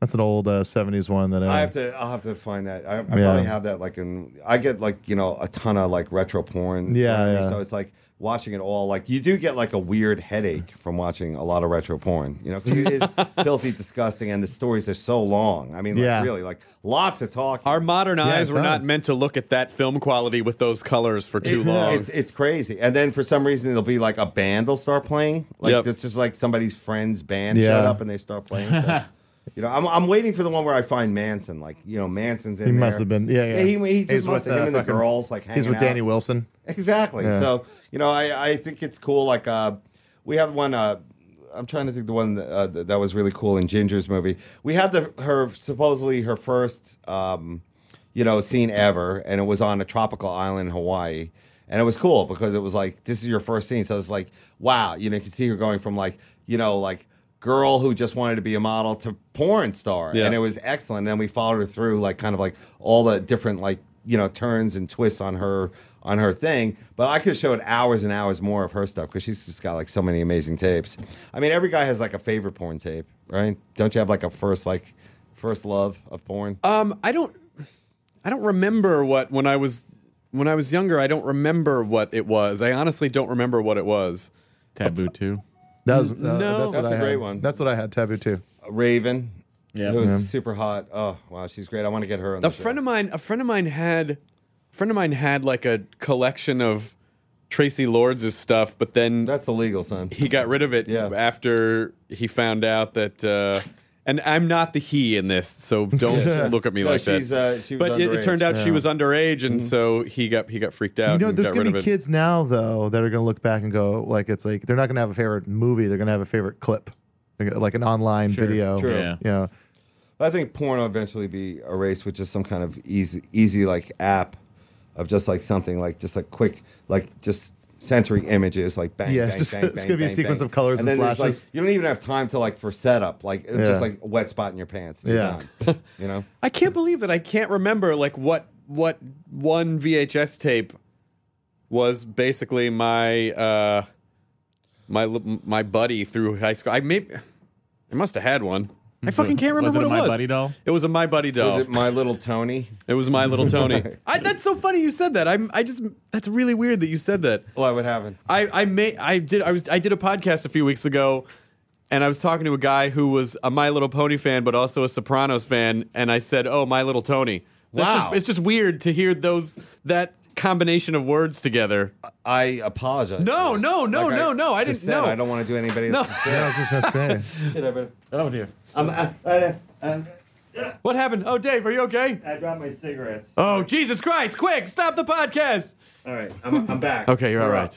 Speaker 9: That's an old uh, '70s one that I,
Speaker 7: I have to. I'll have to find that. I, I
Speaker 9: Yeah.
Speaker 7: probably have that. Like in, I get like you know a ton of like retro porn.
Speaker 9: Yeah,
Speaker 7: from me,
Speaker 9: yeah.
Speaker 7: So it's like watching it all. Like you do get like a weird headache from watching a lot of retro porn. You know, 'cause it is filthy, disgusting, and the stories are so long. I mean, like,
Speaker 9: Yeah.
Speaker 7: really, like lots of talk.
Speaker 1: our modern eyes
Speaker 9: it
Speaker 1: were not
Speaker 9: does.
Speaker 1: meant to look at that film quality with those colors for too
Speaker 7: It-
Speaker 1: long.
Speaker 7: It's, it's crazy. And then for some reason, it'll be like a band will start playing. Like
Speaker 1: Yep.
Speaker 7: it's just like somebody's friend's band showed
Speaker 9: Yeah.
Speaker 7: up and they start playing. So, you know, I'm, I'm waiting for the one where I find Manson. Like you know, Manson's in
Speaker 9: He
Speaker 7: there.
Speaker 9: must have been. Yeah, yeah.
Speaker 7: he, he just
Speaker 9: He's
Speaker 7: must
Speaker 9: with,
Speaker 7: have
Speaker 9: uh,
Speaker 7: him and the
Speaker 9: fucking-
Speaker 7: girls like hanging
Speaker 9: He's with
Speaker 7: out.
Speaker 9: Danny Wilson.
Speaker 7: Exactly.
Speaker 9: Yeah.
Speaker 7: So you know, I I think it's cool. Like uh, we have one uh I'm trying to think the one that, uh, that that was really cool in Ginger's movie. We had the her supposedly her first um, you know scene ever, and it was on a tropical island in Hawaii, and it was cool because it was like this is your first scene, so it's like wow, you know, you can see her going from like you know like girl who just wanted to be a model to porn star,
Speaker 1: Yeah.
Speaker 7: and it was excellent. then we followed her through like kind of like all the different like you know turns and twists on her on her thing. But I could have showed hours and hours more of her stuff because she's just got like so many amazing tapes. I mean, every guy has like a favorite porn tape, right? Don't you have like a first like first love of porn?
Speaker 1: Um, I don't, I don't remember what when I was when I was younger. I don't remember what it was. I honestly don't remember what it was.
Speaker 8: Taboo too.
Speaker 9: That was, uh,
Speaker 1: No.
Speaker 9: that's, what
Speaker 7: That's
Speaker 9: I
Speaker 7: a
Speaker 9: had.
Speaker 7: great one.
Speaker 9: That's what I had. Taboo too.
Speaker 7: Raven.
Speaker 8: Yeah.
Speaker 7: Who was super hot. Oh wow, she's great. I want to get her on.
Speaker 1: A friend of mine, a friend of mine had, a friend of mine had like a collection of Tracy Lords' stuff, but then
Speaker 7: That's illegal, son.
Speaker 1: he got rid of it
Speaker 7: Yeah.
Speaker 1: after he found out that. Uh, and I'm not the he in this, so don't look at me
Speaker 7: No,
Speaker 1: like
Speaker 7: she's,
Speaker 1: that.
Speaker 7: uh, she was
Speaker 1: but it, it
Speaker 7: underage.
Speaker 1: turned out she was underage, and so he got he got freaked out.
Speaker 9: You know,
Speaker 1: and
Speaker 9: there's
Speaker 1: got
Speaker 9: gonna
Speaker 1: rid
Speaker 9: be
Speaker 1: of it.
Speaker 9: kids now though that are gonna look back and go like it's like they're not gonna have a favorite movie. They're gonna have a favorite clip, They're gonna- like an online video.
Speaker 7: true.
Speaker 8: Yeah.
Speaker 9: You know,
Speaker 7: I think porn will eventually be erased with just some kind of easy, easy like app of just like something like just like quick, like just sensory images, like bang,
Speaker 9: Yeah,
Speaker 7: bang,
Speaker 9: it's just-
Speaker 7: bang,
Speaker 9: it's
Speaker 7: bang,
Speaker 9: gonna be a
Speaker 7: bang,
Speaker 9: sequence
Speaker 7: bang.
Speaker 9: of colors and
Speaker 7: then there's,
Speaker 9: flashes.
Speaker 7: Like, you don't even have time to like for setup, like it's
Speaker 9: Yeah.
Speaker 7: just like a wet spot in your pants. and you're
Speaker 9: Yeah.
Speaker 7: done, you know.
Speaker 1: I can't believe that I can't remember like what what one VHS tape was basically my uh my li- my buddy through high school. I maybe I must have had one. I fucking can't
Speaker 8: Was
Speaker 1: remember
Speaker 8: it a
Speaker 1: what
Speaker 8: My
Speaker 1: it was.
Speaker 8: Buddy doll?
Speaker 1: It was a my buddy doll.
Speaker 7: Was it my little Tony?
Speaker 1: it was my little Tony. I, that's so funny you said that. I'm I just that's really weird that you said that.
Speaker 7: Well, I would have it.
Speaker 1: I I may I did I was I did a podcast a few weeks ago, and I was talking to a guy who was a My Little Pony fan, but also a Sopranos fan, and I said, "Oh, My Little Tony." That's
Speaker 7: Wow.
Speaker 1: just, it's just weird to hear those that combination of words together.
Speaker 7: I apologize.
Speaker 1: No,
Speaker 7: for that.
Speaker 1: no, no, no, no, I
Speaker 7: just
Speaker 1: didn't-
Speaker 7: said
Speaker 1: no.
Speaker 7: I don't want to do anybody.
Speaker 1: No.
Speaker 9: yeah, I was just gonna say.
Speaker 8: Oh dear.
Speaker 7: I'm, I, I,
Speaker 1: What happened? Oh, Dave, are you okay?
Speaker 7: I dropped my cigarettes.
Speaker 1: Oh, Jesus Christ! Quick, stop the podcast.
Speaker 7: All right, I'm, I'm back.
Speaker 1: Okay, you're all
Speaker 7: We're
Speaker 1: right.
Speaker 7: up.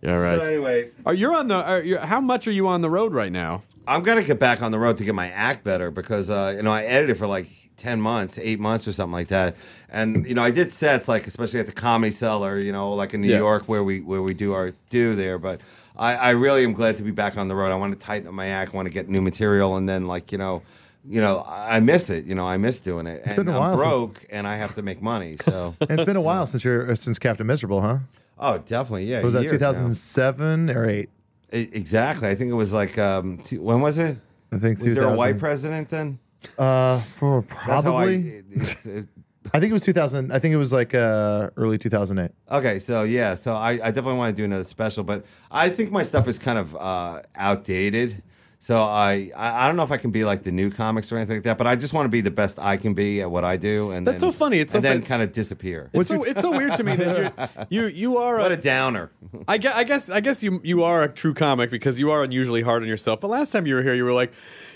Speaker 1: You're all right.
Speaker 7: So anyway,
Speaker 1: Are you on the? uh, Are you, how much are you on the road right now?
Speaker 7: I'm gonna get back on the road to get my act better because uh, you know I edited for like ten months, eight months or something like that, and you know I did sets like especially at the Comedy Cellar, you know, like in New
Speaker 1: Yeah.
Speaker 7: York where we where we do our do there. But I, I really am glad to be back on the road. I want to tighten up my act, I want to get new material, and then like you know, you know I I miss it. You know I miss doing it, and
Speaker 9: been a
Speaker 7: I'm
Speaker 9: while since-
Speaker 7: broke, and I have to make money. So
Speaker 9: And it's been a while since you're uh, since Captain Miserable, huh?
Speaker 7: oh, definitely, yeah.
Speaker 9: What was that
Speaker 7: years now.
Speaker 9: 2007 or eight?
Speaker 7: E- Exactly. I think it was like um, two, when was it?
Speaker 9: I think
Speaker 7: Was there a
Speaker 9: 2000.
Speaker 7: white president then?
Speaker 9: Uh, for
Speaker 7: That's how I-
Speaker 9: probably.
Speaker 7: it- it's- it-
Speaker 9: I, think it was 2000. I think it was like uh, early 2008.
Speaker 7: Okay, so yeah, so I, I definitely want to do another special, but I think my stuff is kind of uh, outdated. So I, I I don't know if I can be like the new comics or anything like that, but I just want to be the best I can be at what I do, and
Speaker 1: That's
Speaker 7: then-
Speaker 1: so funny. It's so
Speaker 7: and then
Speaker 1: fun-
Speaker 7: kind of disappear.
Speaker 1: It's so, it's so weird to me that you're, you you are
Speaker 7: What a downer!
Speaker 1: I guess, I guess I guess you you are a true comic because you are unusually hard on yourself. But last time you were here, you were like,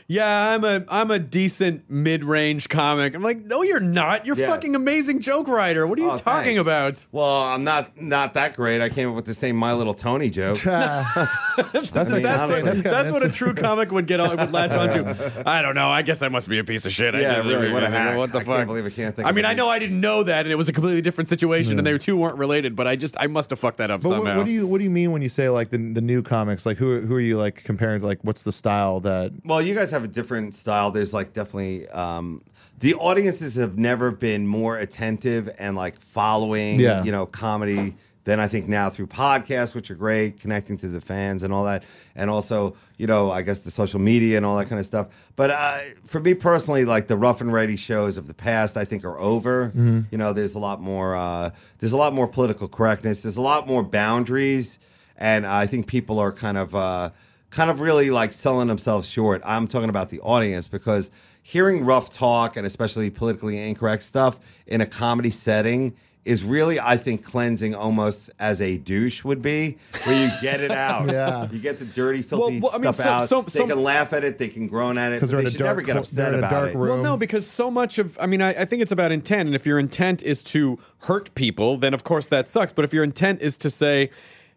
Speaker 1: "Yeah, I'm a I'm a decent mid range comic." I'm like, "No, you're not. You're
Speaker 7: Yes.
Speaker 1: fucking amazing joke writer. What are you
Speaker 7: Oh,
Speaker 1: talking
Speaker 7: thanks.
Speaker 1: about?"
Speaker 7: Well, I'm not not that great. I came up with the same My Little Tony joke.
Speaker 9: that's
Speaker 7: mean,
Speaker 9: like,
Speaker 1: That's,
Speaker 7: honestly.
Speaker 1: what, that's,
Speaker 9: Captain
Speaker 1: what a
Speaker 9: Miserable.
Speaker 1: true comic would get on, would latch onto. I don't know. I guess I must be a piece of shit. I
Speaker 7: Yeah,
Speaker 1: just,
Speaker 7: really, what a hack.
Speaker 1: What the
Speaker 7: I
Speaker 1: fuck?
Speaker 7: can't believe I can't think
Speaker 1: I
Speaker 7: of
Speaker 1: mean,
Speaker 7: a
Speaker 1: I
Speaker 7: piece.
Speaker 1: know I didn't know that, and it was a completely different situation, and they two weren't related. But I just I must have fucked that up
Speaker 9: But
Speaker 1: somehow.
Speaker 9: what, what do you what do you mean when you say like the the new comics? Like who who are you like comparing to like what's the style that
Speaker 7: Well, you guys have a different style. There's like definitely um, the audiences have never been more attentive and like following,
Speaker 9: Yeah.
Speaker 7: you know, comedy than I think now through podcasts, which are great, connecting to the fans and all that, and also you know, I guess the social media and all that kind of stuff. But uh, for me personally, like the rough and ready shows of the past, I think are over. You know, there's a lot more. Uh, there's a lot more political correctness. There's a lot more boundaries and I think people are kind of uh, kind of really like selling themselves short. I'm talking about the audience because hearing rough talk and especially politically incorrect stuff in a comedy setting is really I think cleansing almost as a douche would be where you get it out.
Speaker 9: Yeah.
Speaker 7: You get the dirty filthy
Speaker 1: Well, well, I mean,
Speaker 7: stuff
Speaker 1: so-
Speaker 7: out.
Speaker 1: so-
Speaker 7: they
Speaker 1: so-
Speaker 7: can laugh at it, they can groan at it.
Speaker 9: because they're
Speaker 7: but
Speaker 9: in
Speaker 7: they
Speaker 9: a
Speaker 7: should
Speaker 9: dark
Speaker 7: never get
Speaker 9: cl- they're
Speaker 7: upset
Speaker 9: in a
Speaker 7: about
Speaker 9: dark
Speaker 7: it.
Speaker 9: room.
Speaker 1: Well, no, because so much of, I mean, I, I think it's about intent. And if your intent is to hurt people, then of course that sucks. But if your intent is to say,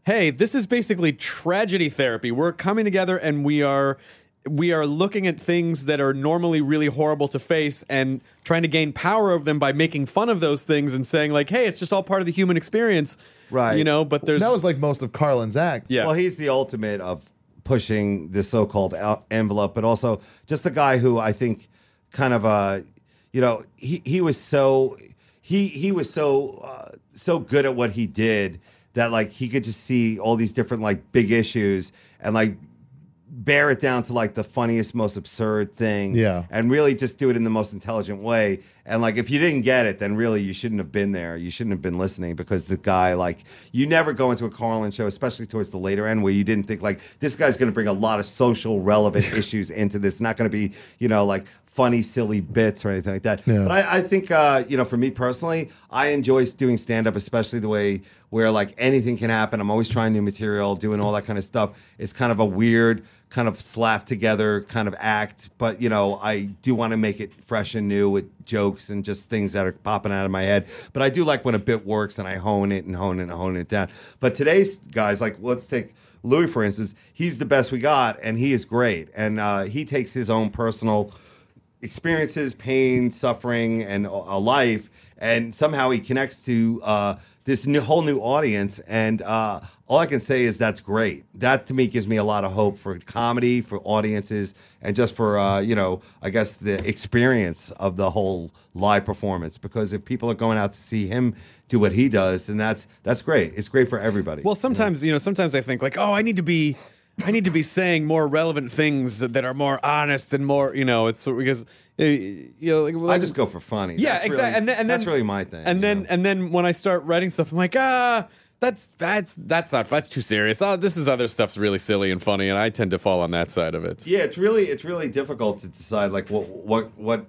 Speaker 1: hey, this is basically tragedy therapy. We're coming together and we are we are looking at things that are normally really horrible to face and trying to gain power over them by making fun of those things and saying like, hey, it's just all part of the human experience.
Speaker 7: Right.
Speaker 1: You know, Oh, but there's
Speaker 9: that was like most of Carlin's act.
Speaker 1: yeah.
Speaker 7: Well, he's the ultimate of pushing the so-called el- envelope, but also just the guy who I think kind of uh you know, he he was so he he was so uh, so good at what he did that like he could just see all these different like big issues and like bear it down to like the funniest most absurd thing
Speaker 9: Yeah.
Speaker 7: and really just do it in the most intelligent way and like if you didn't get it then really you shouldn't have been there you shouldn't have been listening because the guy like you never go into a carlin show especially towards the later end where you didn't think like this guy's going to bring a lot of social relevant issues into this not going to be you know like funny silly bits or anything like that
Speaker 9: Yeah.
Speaker 7: but I, I think uh, you know for me personally i enjoy doing stand-up especially the way where like anything can happen i'm always trying new material doing all that kind of stuff it's kind of a weird kind of slap together kind of act but you know i do want to make it fresh and new with jokes and just things that are popping out of my head but i do like when a bit works and i hone it and hone it and hone it down but today's guys like let's take louis for instance he's the best we got and he is great and uh, he takes his own personal experiences pain suffering and a- a life and somehow he connects to uh, this new whole new audience and uh, all i can say is that's great that to me gives me a lot of hope for comedy for audiences and just for uh, you know i guess the experience of the whole live performance because if people are going out to see him do what he does then that's that's great it's great for everybody
Speaker 1: Well, sometimes you know, sometimes I think like, oh, I need to be, I need to be saying more relevant things that are more honest and more, you know, it's because uh, you know, like, well,
Speaker 7: i just go for funny
Speaker 1: yeah,
Speaker 7: That's
Speaker 1: exactly,
Speaker 7: really-
Speaker 1: and, then, and then
Speaker 7: that's really my thing
Speaker 1: And
Speaker 7: you
Speaker 1: then
Speaker 7: know?
Speaker 1: and then when I start writing stuff, I'm like, ah, that's that's that's not that's too serious. Ah, this is other stuff's really silly and funny, and I tend to fall on that side of it.
Speaker 7: Yeah, it's really it's really difficult to decide like what what what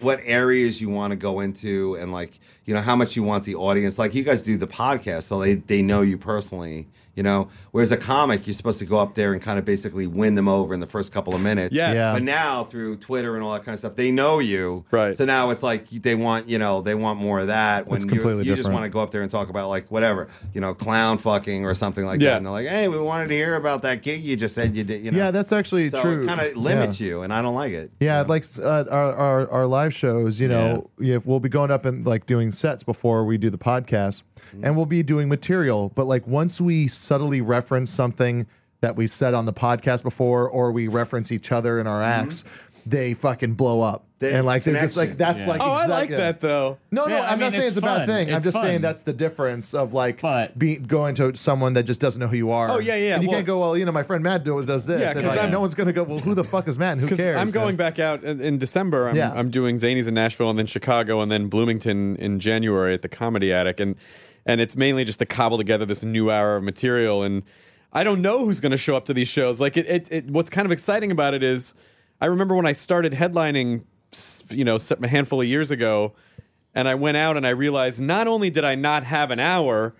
Speaker 7: what areas you want to go into and like you know how much you want the audience. Like you guys do the podcast, so they they know you personally. You know, whereas a comic, you're supposed to go up there and kind of basically win them over in the first couple of minutes.
Speaker 1: Yes. Yeah.
Speaker 7: But now through Twitter and all that kind of stuff, they know you.
Speaker 1: Right.
Speaker 7: So now it's like they want you know they want more of that. When you-
Speaker 9: completely
Speaker 7: you, just
Speaker 9: different.
Speaker 7: want to go up there and talk about like whatever you know clown fucking or something like
Speaker 1: Yeah.
Speaker 7: that, and they're like, hey, we wanted to hear about that gig you just said you did. You know.
Speaker 9: Yeah, that's actually
Speaker 7: So
Speaker 9: true.
Speaker 7: it kind of limits you, and I don't like it.
Speaker 9: Yeah, like uh, our, our our live shows, you know, yeah, we'll be going up and like doing sets before we do the podcast, and we'll be doing material. But like once we subtly reference something that we said on the podcast before, or we reference each other in our acts, they fucking blow up.
Speaker 7: They-
Speaker 9: and like they're just like
Speaker 7: connection.
Speaker 9: that's
Speaker 8: Yeah.
Speaker 9: like
Speaker 1: Oh, I like
Speaker 9: exactly-
Speaker 1: that though.
Speaker 9: No, no,
Speaker 8: Yeah,
Speaker 9: I'm
Speaker 8: I mean,
Speaker 9: not saying it's
Speaker 8: it's
Speaker 9: a bad
Speaker 8: fun.
Speaker 9: thing. I'm
Speaker 8: It's
Speaker 9: just saying
Speaker 8: fun.
Speaker 9: that's the difference of like
Speaker 8: But-
Speaker 9: be, going to someone that just doesn't know who you are.
Speaker 1: Oh, yeah, yeah,
Speaker 9: And you
Speaker 1: well-
Speaker 9: can't go, well, you know, my friend Matt do- does this.
Speaker 1: Yeah,
Speaker 9: and
Speaker 1: 'cause
Speaker 9: like,
Speaker 1: I'm-
Speaker 9: no one's gonna go, well, who the fuck is Matt? And who
Speaker 1: Because
Speaker 9: cares?
Speaker 1: I'm going
Speaker 9: Yeah.
Speaker 1: back out in, in December. I'm,
Speaker 9: Yeah.
Speaker 1: I'm doing Zanies in Nashville and then Chicago and then Bloomington in January at the Comedy Attic. And, and it's mainly just to cobble together this new hour of material. And I don't know who's going to show up to these shows. Like, it, it, it, what's kind of exciting about it is I remember when I started headlining, s- you know, s- a handful of years ago, and I went out and I realized not only did I not have an hour,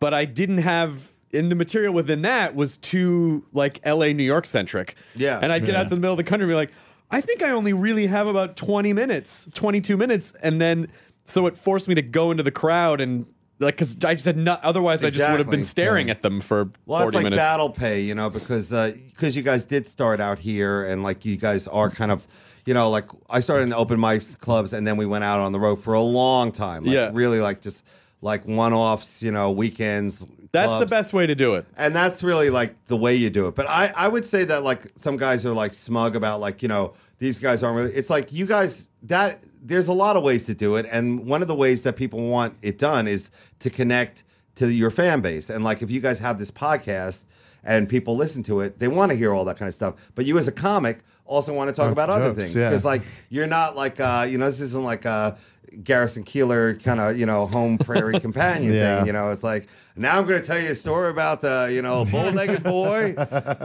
Speaker 1: but I didn't have. And the material within that was too like L.A. New York centric.
Speaker 7: Yeah.
Speaker 1: and I'd get out to the middle of the country and be like, I think I only really have about 20 minutes, 22 minutes. And then, so it forced me to go into the crowd and like, cause I just had not, otherwise I just would have
Speaker 7: Exactly.
Speaker 1: been staring
Speaker 7: Yeah.
Speaker 1: at them for
Speaker 7: Well,
Speaker 1: 40
Speaker 7: it's like
Speaker 1: minutes.
Speaker 7: battle pay, you know, because because you guys did start out here, and like you guys are kind of, you know, like I started in the open mics clubs, and then we went out on the road for a long time. Like,
Speaker 1: Yeah.
Speaker 7: really, like just like one offs, you know, weekends.
Speaker 1: That's the
Speaker 7: clubs.
Speaker 1: best way to do it.
Speaker 7: and that's really like the way you do it. But I, I would say that like some guys are like smug about like you know these guys aren't really. It's like you guys that there's a lot of ways to do it, and one of the ways that people want it done is to connect to your fan base. And like if you guys have this podcast and people listen to it, they want to hear all that kind of stuff. But you as a comic also want to talk
Speaker 9: Lots
Speaker 7: about
Speaker 9: of
Speaker 7: other
Speaker 9: jokes,
Speaker 7: things
Speaker 9: yeah.
Speaker 7: because like you're not like uh you know this isn't like a Garrison Keeler kind of you know home prairie companion
Speaker 9: Yeah.
Speaker 7: thing you know it's like now I'm going to tell you a story about the you know bow-legged boy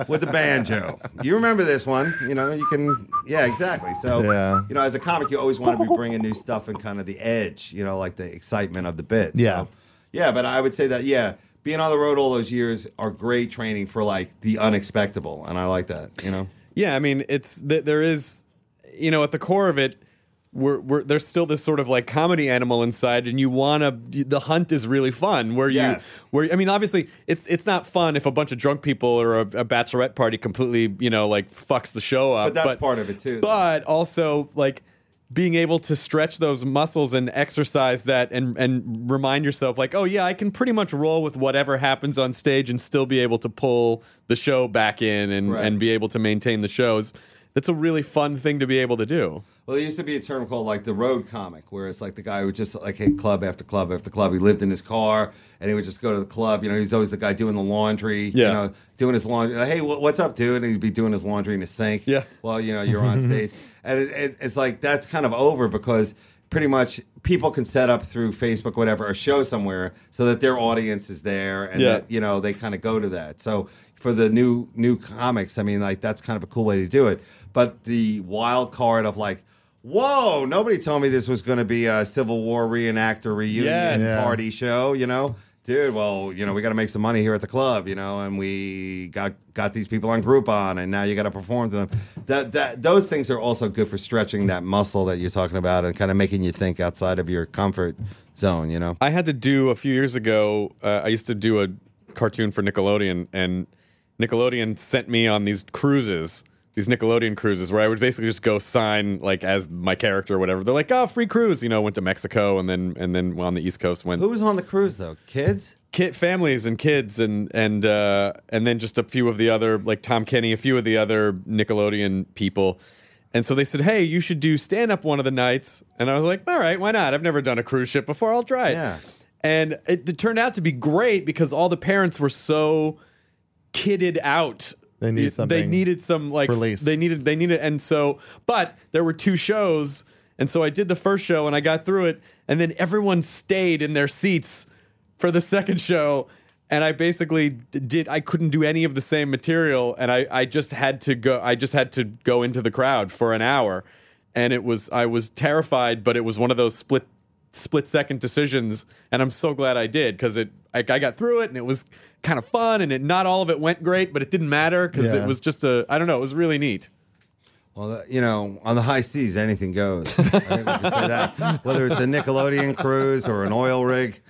Speaker 7: with the banjo you remember this one you know you can yeah exactly so
Speaker 9: Yeah.
Speaker 7: you know as a comic you always want to be bringing new stuff and kind of the edge you know like the excitement of the bit
Speaker 9: Yeah.
Speaker 7: So, yeah but I would say that yeah being on the road all those years are great training for like the unexpected and I like that you know
Speaker 1: Yeah, I mean, it's th- there is, you know, at the core of it,
Speaker 9: we're, we're there's still this sort of like comedy animal inside, and you wanna the hunt is really fun. Where
Speaker 12: Yes.
Speaker 9: you where I mean, obviously it's it's not fun if a bunch of drunk people or a, a bachelorette party completely you know like fucks the show up.
Speaker 7: But that's part of it, too.
Speaker 9: uh, But also like being able to stretch those muscles and exercise that and and remind yourself like oh yeah i can pretty much roll with whatever happens on stage and still be able to pull the show back in and
Speaker 7: Right.
Speaker 9: and be able to maintain the shows that's a really fun thing to be able to do
Speaker 7: Well, there used to be a term called like the road comic, where it's like the guy who just like hit club after club after club. He lived in his car and he would just go to the club. You know, he was always the guy doing the laundry.
Speaker 9: Yeah.
Speaker 7: You know, doing his laundry. Like, hey, wh- what's up, dude? And he'd be doing his laundry in the sink.
Speaker 9: Yeah.
Speaker 7: Well, you know, you're on stage, and it, it, it's like that's kind of over because pretty much people can set up through Facebook, whatever, a show somewhere, so that their audience is there, and
Speaker 9: Yeah.
Speaker 7: that, you know they kind of go to that so for the new new comics i mean like that's kind of a cool way to do it but the wild card of like whoa nobody told me this was going to be a civil war reenactor reunion
Speaker 9: Yes.
Speaker 12: Yeah.
Speaker 7: party show you know dude well you know we got to make some money here at the club you know and we got got these people on groupon and now you got to perform to them that that those things are also good for stretching that muscle that you're talking about and kind of making you think outside of your comfort zone you know
Speaker 9: I had to do a few years ago. Uh, I used to do a cartoon for Nickelodeon, and Nickelodeon sent me on these cruises, these Nickelodeon cruises, where I would basically just go sign like as my character or whatever. They're like, "Oh, free cruise," you know. Went to Mexico, and then and then on the East Coast went
Speaker 7: who was on the cruise though kids
Speaker 9: kid families and kids and and uh, and then just a few of the other like Tom Kenny, a few of the other Nickelodeon people. And so they said, "Hey, you should do stand up one of the nights." And I was like, "All right, why not? I've never done a cruise ship before. I'll try it."
Speaker 7: Yeah.
Speaker 9: And it, it turned out to be great because all the parents were so kitted out.
Speaker 12: They need
Speaker 9: They
Speaker 12: something
Speaker 9: needed some like
Speaker 12: release.
Speaker 9: They needed they needed and so but there were two shows and so I did the first show and I got through it and then everyone stayed in their seats for the second show and I basically d- did I couldn't do any of the same material and I I just had to go I just had to go into the crowd for an hour and it was I was terrified but it was one of those split split second decisions and I'm so glad I did cuz it I, I got through it and it was kind of fun and it not all of it went great but it didn't matter cuz
Speaker 12: Yeah.
Speaker 9: it was just a I don't know it was really neat
Speaker 7: Well, the- you know, on the high seas, anything goes. I think we can say that. Whether it's a Nickelodeon cruise or an oil rig.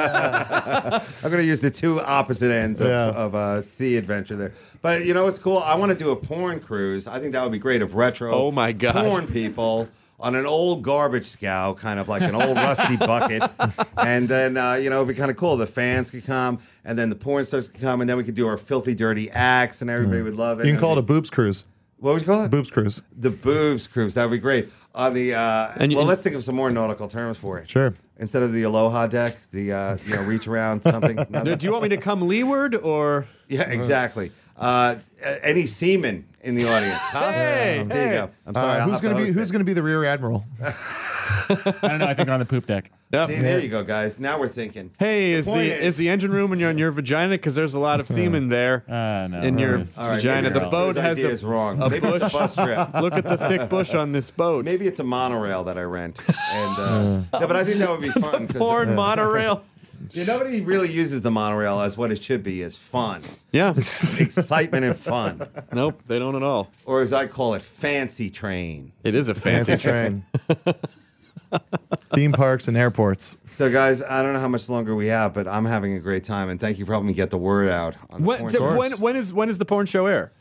Speaker 7: I'm going to use the two opposite ends of,
Speaker 12: Yeah.
Speaker 7: of a sea adventure there. But you know what's cool? I want to do a porn cruise. I think that would be great of retro
Speaker 9: Oh, my God.
Speaker 7: porn people on an old garbage scow, kind of like an old rusty bucket. And then, uh, you know, it'd be kind of cool. The fans could come, and then the porn stars could come, and then we could do our filthy, dirty acts, and everybody would love it.
Speaker 12: Mm. You can call it a
Speaker 7: And-
Speaker 12: boobs cruise.
Speaker 7: What would you call it?
Speaker 12: Boobs cruise.
Speaker 7: The boobs cruise. That would be great. On the uh,
Speaker 9: And you-
Speaker 7: well, let's think of some more nautical terms for it.
Speaker 12: Sure.
Speaker 7: Instead of the aloha deck, the uh, you know reach around something.
Speaker 9: Now, do you want me to come leeward or
Speaker 7: Yeah, exactly. Uh, a- any seaman in the audience? Huh?
Speaker 9: Hey,
Speaker 7: there you
Speaker 9: hey.
Speaker 7: go. I'm sorry.
Speaker 12: Uh,
Speaker 7: I'll
Speaker 12: who's
Speaker 7: have to
Speaker 12: gonna be
Speaker 7: host
Speaker 12: Who's
Speaker 7: it.
Speaker 12: gonna be the rear admiral?
Speaker 8: I don't know. I think we're on the poop deck.
Speaker 9: Yep.
Speaker 7: See, there you go, guys. Now we're thinking.
Speaker 9: Hey, is the
Speaker 7: point
Speaker 9: is,
Speaker 7: is-
Speaker 9: the engine room when you're on your vagina? Because there's a lot of semen there
Speaker 8: Uh, no,
Speaker 9: in your
Speaker 8: there is.
Speaker 7: All right,
Speaker 9: vagina.
Speaker 7: maybe
Speaker 9: The
Speaker 7: I'll-
Speaker 9: boat
Speaker 7: this
Speaker 9: has
Speaker 7: idea
Speaker 9: a
Speaker 7: is wrong.
Speaker 9: a
Speaker 7: maybe it's
Speaker 9: bush.
Speaker 7: a bus trip.
Speaker 9: Look at the thick bush on this boat.
Speaker 7: Maybe it's a monorail that I rent. And uh, yeah, but I think that would be fun. 'cause-
Speaker 9: porn monorail.
Speaker 7: Yeah, nobody really uses the monorail as what it should be is fun,
Speaker 9: Yeah.
Speaker 7: excitement, and fun.
Speaker 9: nope, they don't at all.
Speaker 7: or as I call it, fancy train.
Speaker 9: It is a fancy
Speaker 12: Fancy
Speaker 9: trip.
Speaker 12: train. Theme parks and airports.
Speaker 7: So, guys, I don't know how much longer we have, but I'm having a great time, and thank you for helping me get the word out. On the
Speaker 9: When,
Speaker 7: porn
Speaker 9: d-
Speaker 7: show.
Speaker 9: when when is when is the porn show air?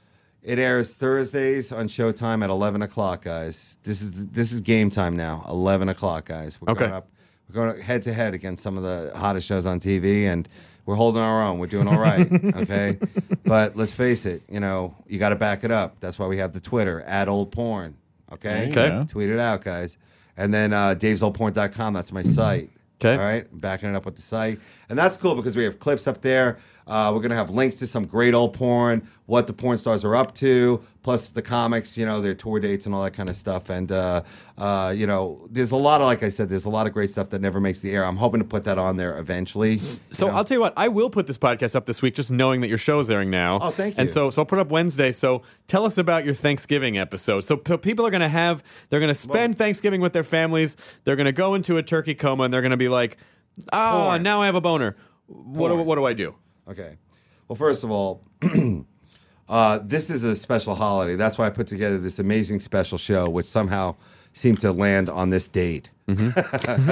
Speaker 7: it airs Thursdays on Showtime at 11 o'clock, guys. This is this is game time now. 11 o'clock, guys. We're
Speaker 9: Okay.
Speaker 7: Going up, we're going head to head against some of the hottest shows on TV, and we're holding our own. We're doing all right, okay? But let's face it, you know, you got to back it up. That's why we have the Twitter at Old Porn, okay?
Speaker 8: There you go.
Speaker 7: Tweet it out, guys. And then uh, davesoldporn.com. That's
Speaker 9: Mm-hmm.
Speaker 7: my site.
Speaker 9: 'Kay.
Speaker 7: All right. Backing it up with the site. And that's cool because we have clips up there. Uh, we're going to have links to some great old porn, what the porn stars are up to, plus the comics, you know, their tour dates and all that kind of stuff. And, uh, uh, you know, there's a lot of, like I said, there's a lot of great stuff that never makes the air. I'm hoping to put that on there eventually.
Speaker 9: So I'll tell you what, I will put this podcast up this week, just knowing that your show is airing now.
Speaker 7: Oh, thank
Speaker 9: And
Speaker 7: you.
Speaker 9: so, so I'll put it up Wednesday. So tell us about your Thanksgiving episode. So p- people are going to have, they're going to spend Thanksgiving with their families. They're going to go into a turkey coma, and they're going to be like, "Oh,
Speaker 7: Porn.
Speaker 9: now I have a boner. What do,
Speaker 7: Porn.
Speaker 9: what do I do?"
Speaker 7: Okay. Well, first of all, uh, this is a special holiday. That's why I put together this amazing special show, which somehow seem to land on this date because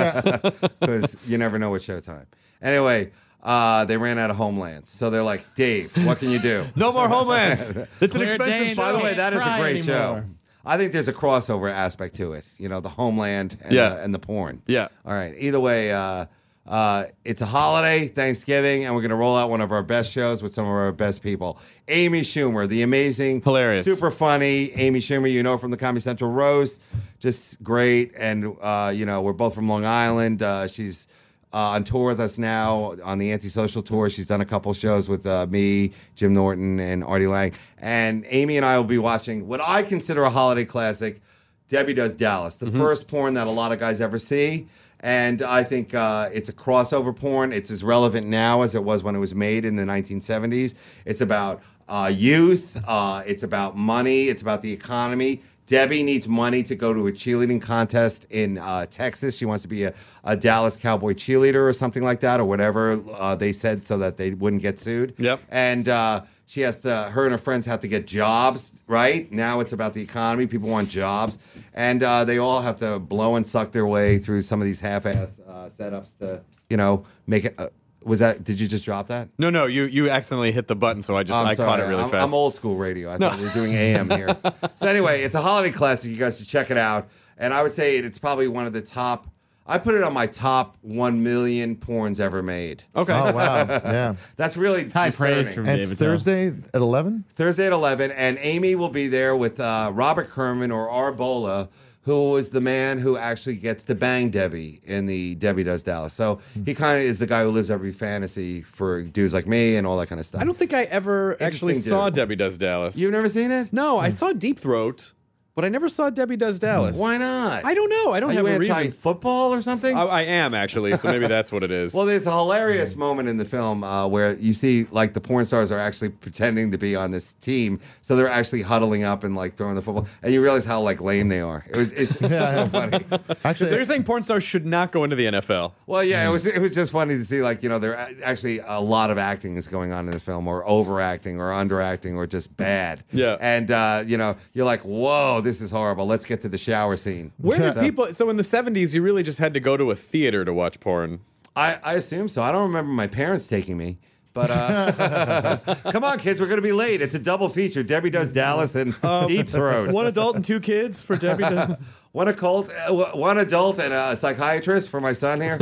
Speaker 7: you never know what showtime. Anyway, uh, they ran out of homelands, so they're like, Dave, what can you do?
Speaker 11: No more homelands. It's an
Speaker 8: Clear
Speaker 11: expensive
Speaker 8: day,
Speaker 11: show.
Speaker 7: By the way, that is a
Speaker 8: Cry
Speaker 7: great show.
Speaker 8: anymore.
Speaker 7: I think there's a crossover aspect to it. You know, the homeland and,
Speaker 11: Yeah.
Speaker 7: the, and the porn.
Speaker 11: Yeah.
Speaker 7: All right. Either way, uh, uh, it's a holiday, Thanksgiving, and we're going to roll out one of our best shows with some of our best people. Amy Schumer, the amazing,
Speaker 11: Hilarious.
Speaker 7: super funny Amy Schumer, you know from the Comedy Central roast, just great. And uh, you know, we're both from Long Island. Uh, she's uh, on tour with us now on the Antisocial tour. She's done a couple shows with uh, me, Jim Norton, and Artie Lang. And Amy and I will be watching what I consider a holiday classic. Debbie Does Dallas, the first porn that a lot of guys ever see. And I think uh, it's a crossover porn. It's as relevant now as it was when it was made in the 1970s. It's about uh, youth, uh, it's about money, it's about the economy. Debbie needs money to go to a cheerleading contest in uh, Texas. She wants to be a, a Dallas Cowboy cheerleader or something like that, or whatever uh, they said so that they wouldn't get sued.
Speaker 11: Yep.
Speaker 7: And uh, she has to, her and her friends have to get jobs, right? Now it's about the economy. People want jobs. And uh, they all have to blow and suck their way through some of these half ass uh, setups to, you know, make it. Uh, was that, did you just drop that?
Speaker 11: No, no, you you accidentally hit the button, so I just
Speaker 7: I'm
Speaker 11: I caught
Speaker 7: sorry.
Speaker 11: it really
Speaker 7: I'm,
Speaker 11: fast.
Speaker 7: I'm old school radio. I thought we were doing AM here. so anyway, it's a holiday classic. You guys should check it out. And I would say it- it's probably one of the top. I put it on my top one million porns ever made.
Speaker 11: Okay.
Speaker 9: Oh wow, yeah.
Speaker 7: That's really
Speaker 8: high praise
Speaker 7: discerning.
Speaker 8: from
Speaker 9: And it's
Speaker 8: David.
Speaker 9: Thursday at eleven.
Speaker 7: Thursday at 11, and Amy will be there with uh, Robert Kerman or Arbola, who is the man who actually gets to bang Debbie in the Debbie Does Dallas. So he
Speaker 11: Hmm.
Speaker 7: kind of is the guy who lives every fantasy for dudes like me and all that kind of stuff.
Speaker 11: I don't think I ever actually
Speaker 7: Interesting
Speaker 11: saw
Speaker 7: dude.
Speaker 11: Debbie Does Dallas.
Speaker 7: You've never seen it?
Speaker 11: no, I saw Deep Throat, but I never saw Debbie Does Dallas.
Speaker 7: Why not?
Speaker 11: I don't know. I don't
Speaker 7: Are
Speaker 11: have
Speaker 7: you
Speaker 11: a
Speaker 7: anti
Speaker 11: reason. Oh,
Speaker 7: football or something?
Speaker 11: I, Hmm. I am actually, so maybe that's what it is.
Speaker 7: Well, there's a hilarious moment in the film uh, where you see like the porn stars are actually pretending to be on this team, so they're actually huddling up and like throwing the football, and you realize how like lame they are. It was it's so funny.
Speaker 9: Actually,
Speaker 11: so you're saying porn stars should not go into the NFL?
Speaker 7: Well,
Speaker 11: Mm.
Speaker 7: yeah, it was it was just funny to see like you know there a- actually a lot of acting is going on in this film, or overacting, or underacting, or just bad.
Speaker 11: Yeah.
Speaker 7: and uh, you know you're like, whoa, this is horrible. Let's get to the shower scene.
Speaker 11: Where did
Speaker 7: So-
Speaker 11: people? So in the '70s, you really just had to go to a theater to watch porn.
Speaker 7: I, I assume so. I don't remember my parents taking me. But uh, come on, kids, we're going to be late. It's a double feature. Debbie Does Dallas and Deep Throat.
Speaker 11: Um, One adult and two kids for Debbie. Does-
Speaker 7: One occult, uh, w- one adult, and a psychiatrist for my son here.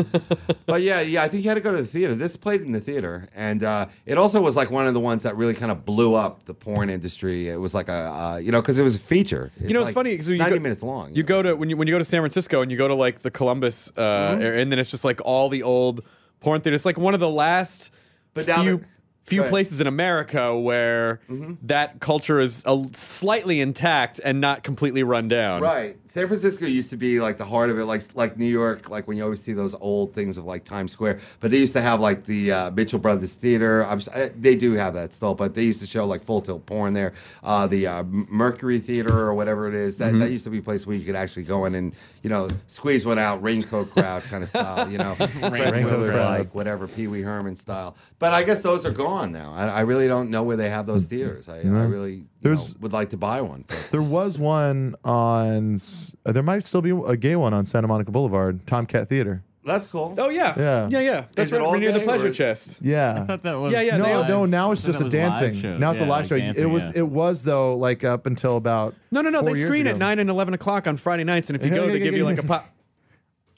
Speaker 7: but yeah, yeah, I think you had to go to the theater. This played in the theater, and uh, it also was like one of the ones that really kind of blew up the porn industry. It was like a, uh, you know, because it was a feature.
Speaker 11: you know, it's
Speaker 7: like
Speaker 11: funny because you
Speaker 7: ninety
Speaker 11: go,
Speaker 7: minutes long.
Speaker 11: You go to when you when you go to San Francisco and you go to like the Columbus, uh, area, and then it's just like all the old porn theaters. It's like one of the last
Speaker 7: But now
Speaker 11: few
Speaker 7: that-
Speaker 11: few
Speaker 7: go ahead.
Speaker 11: places in America where that culture is a, slightly intact and not completely run down.
Speaker 7: Right. San Francisco used to be like the heart of it, like like New York, like when you always see those old things of like Times Square. But they used to have like the uh, Mitchell Brothers Theater. I'm, s- I- they do have that still, but they used to show like full tilt porn there. Uh, the uh, M- Mercury Theater or whatever it is. That that used to be a place where you could actually go in and you know squeeze one out, raincoat crowd kind of style. You know, Fred
Speaker 9: Raincoat
Speaker 7: Willard,
Speaker 9: crowd.
Speaker 7: like whatever Pee Wee Herman style. But I guess those are gone now. I, I really don't know where they have those theaters. I, I really you
Speaker 9: There's-
Speaker 7: know, would like to buy one. but-
Speaker 9: There was one on. S- uh, There might still be a gay one on Santa Monica Boulevard, Tomcat Theater.
Speaker 7: That's cool.
Speaker 11: Oh yeah.
Speaker 9: Yeah.
Speaker 11: Yeah. Yeah. That's
Speaker 7: Is it
Speaker 11: right,
Speaker 7: all
Speaker 11: right near the
Speaker 7: day,
Speaker 11: pleasure
Speaker 7: or-
Speaker 11: chest.
Speaker 9: Yeah.
Speaker 8: I thought that was
Speaker 11: Yeah, yeah, they
Speaker 9: no,
Speaker 11: all-
Speaker 9: no. Now it's
Speaker 8: I thought
Speaker 9: just
Speaker 8: it
Speaker 9: a
Speaker 8: was live
Speaker 9: dancing.
Speaker 8: shows.
Speaker 9: Now it's
Speaker 8: Yeah,
Speaker 9: a live
Speaker 8: like
Speaker 9: show. it
Speaker 8: dancing,
Speaker 9: was.
Speaker 8: yeah.
Speaker 9: It was though. Like up until about.
Speaker 11: No, no, no.
Speaker 9: four
Speaker 11: They
Speaker 9: years
Speaker 11: screen at
Speaker 9: ago.
Speaker 11: nine and eleven o'clock on Friday nights, and if you
Speaker 9: Yeah,
Speaker 11: go,
Speaker 9: yeah,
Speaker 11: they
Speaker 9: yeah,
Speaker 11: give you
Speaker 9: yeah.
Speaker 11: like a pop.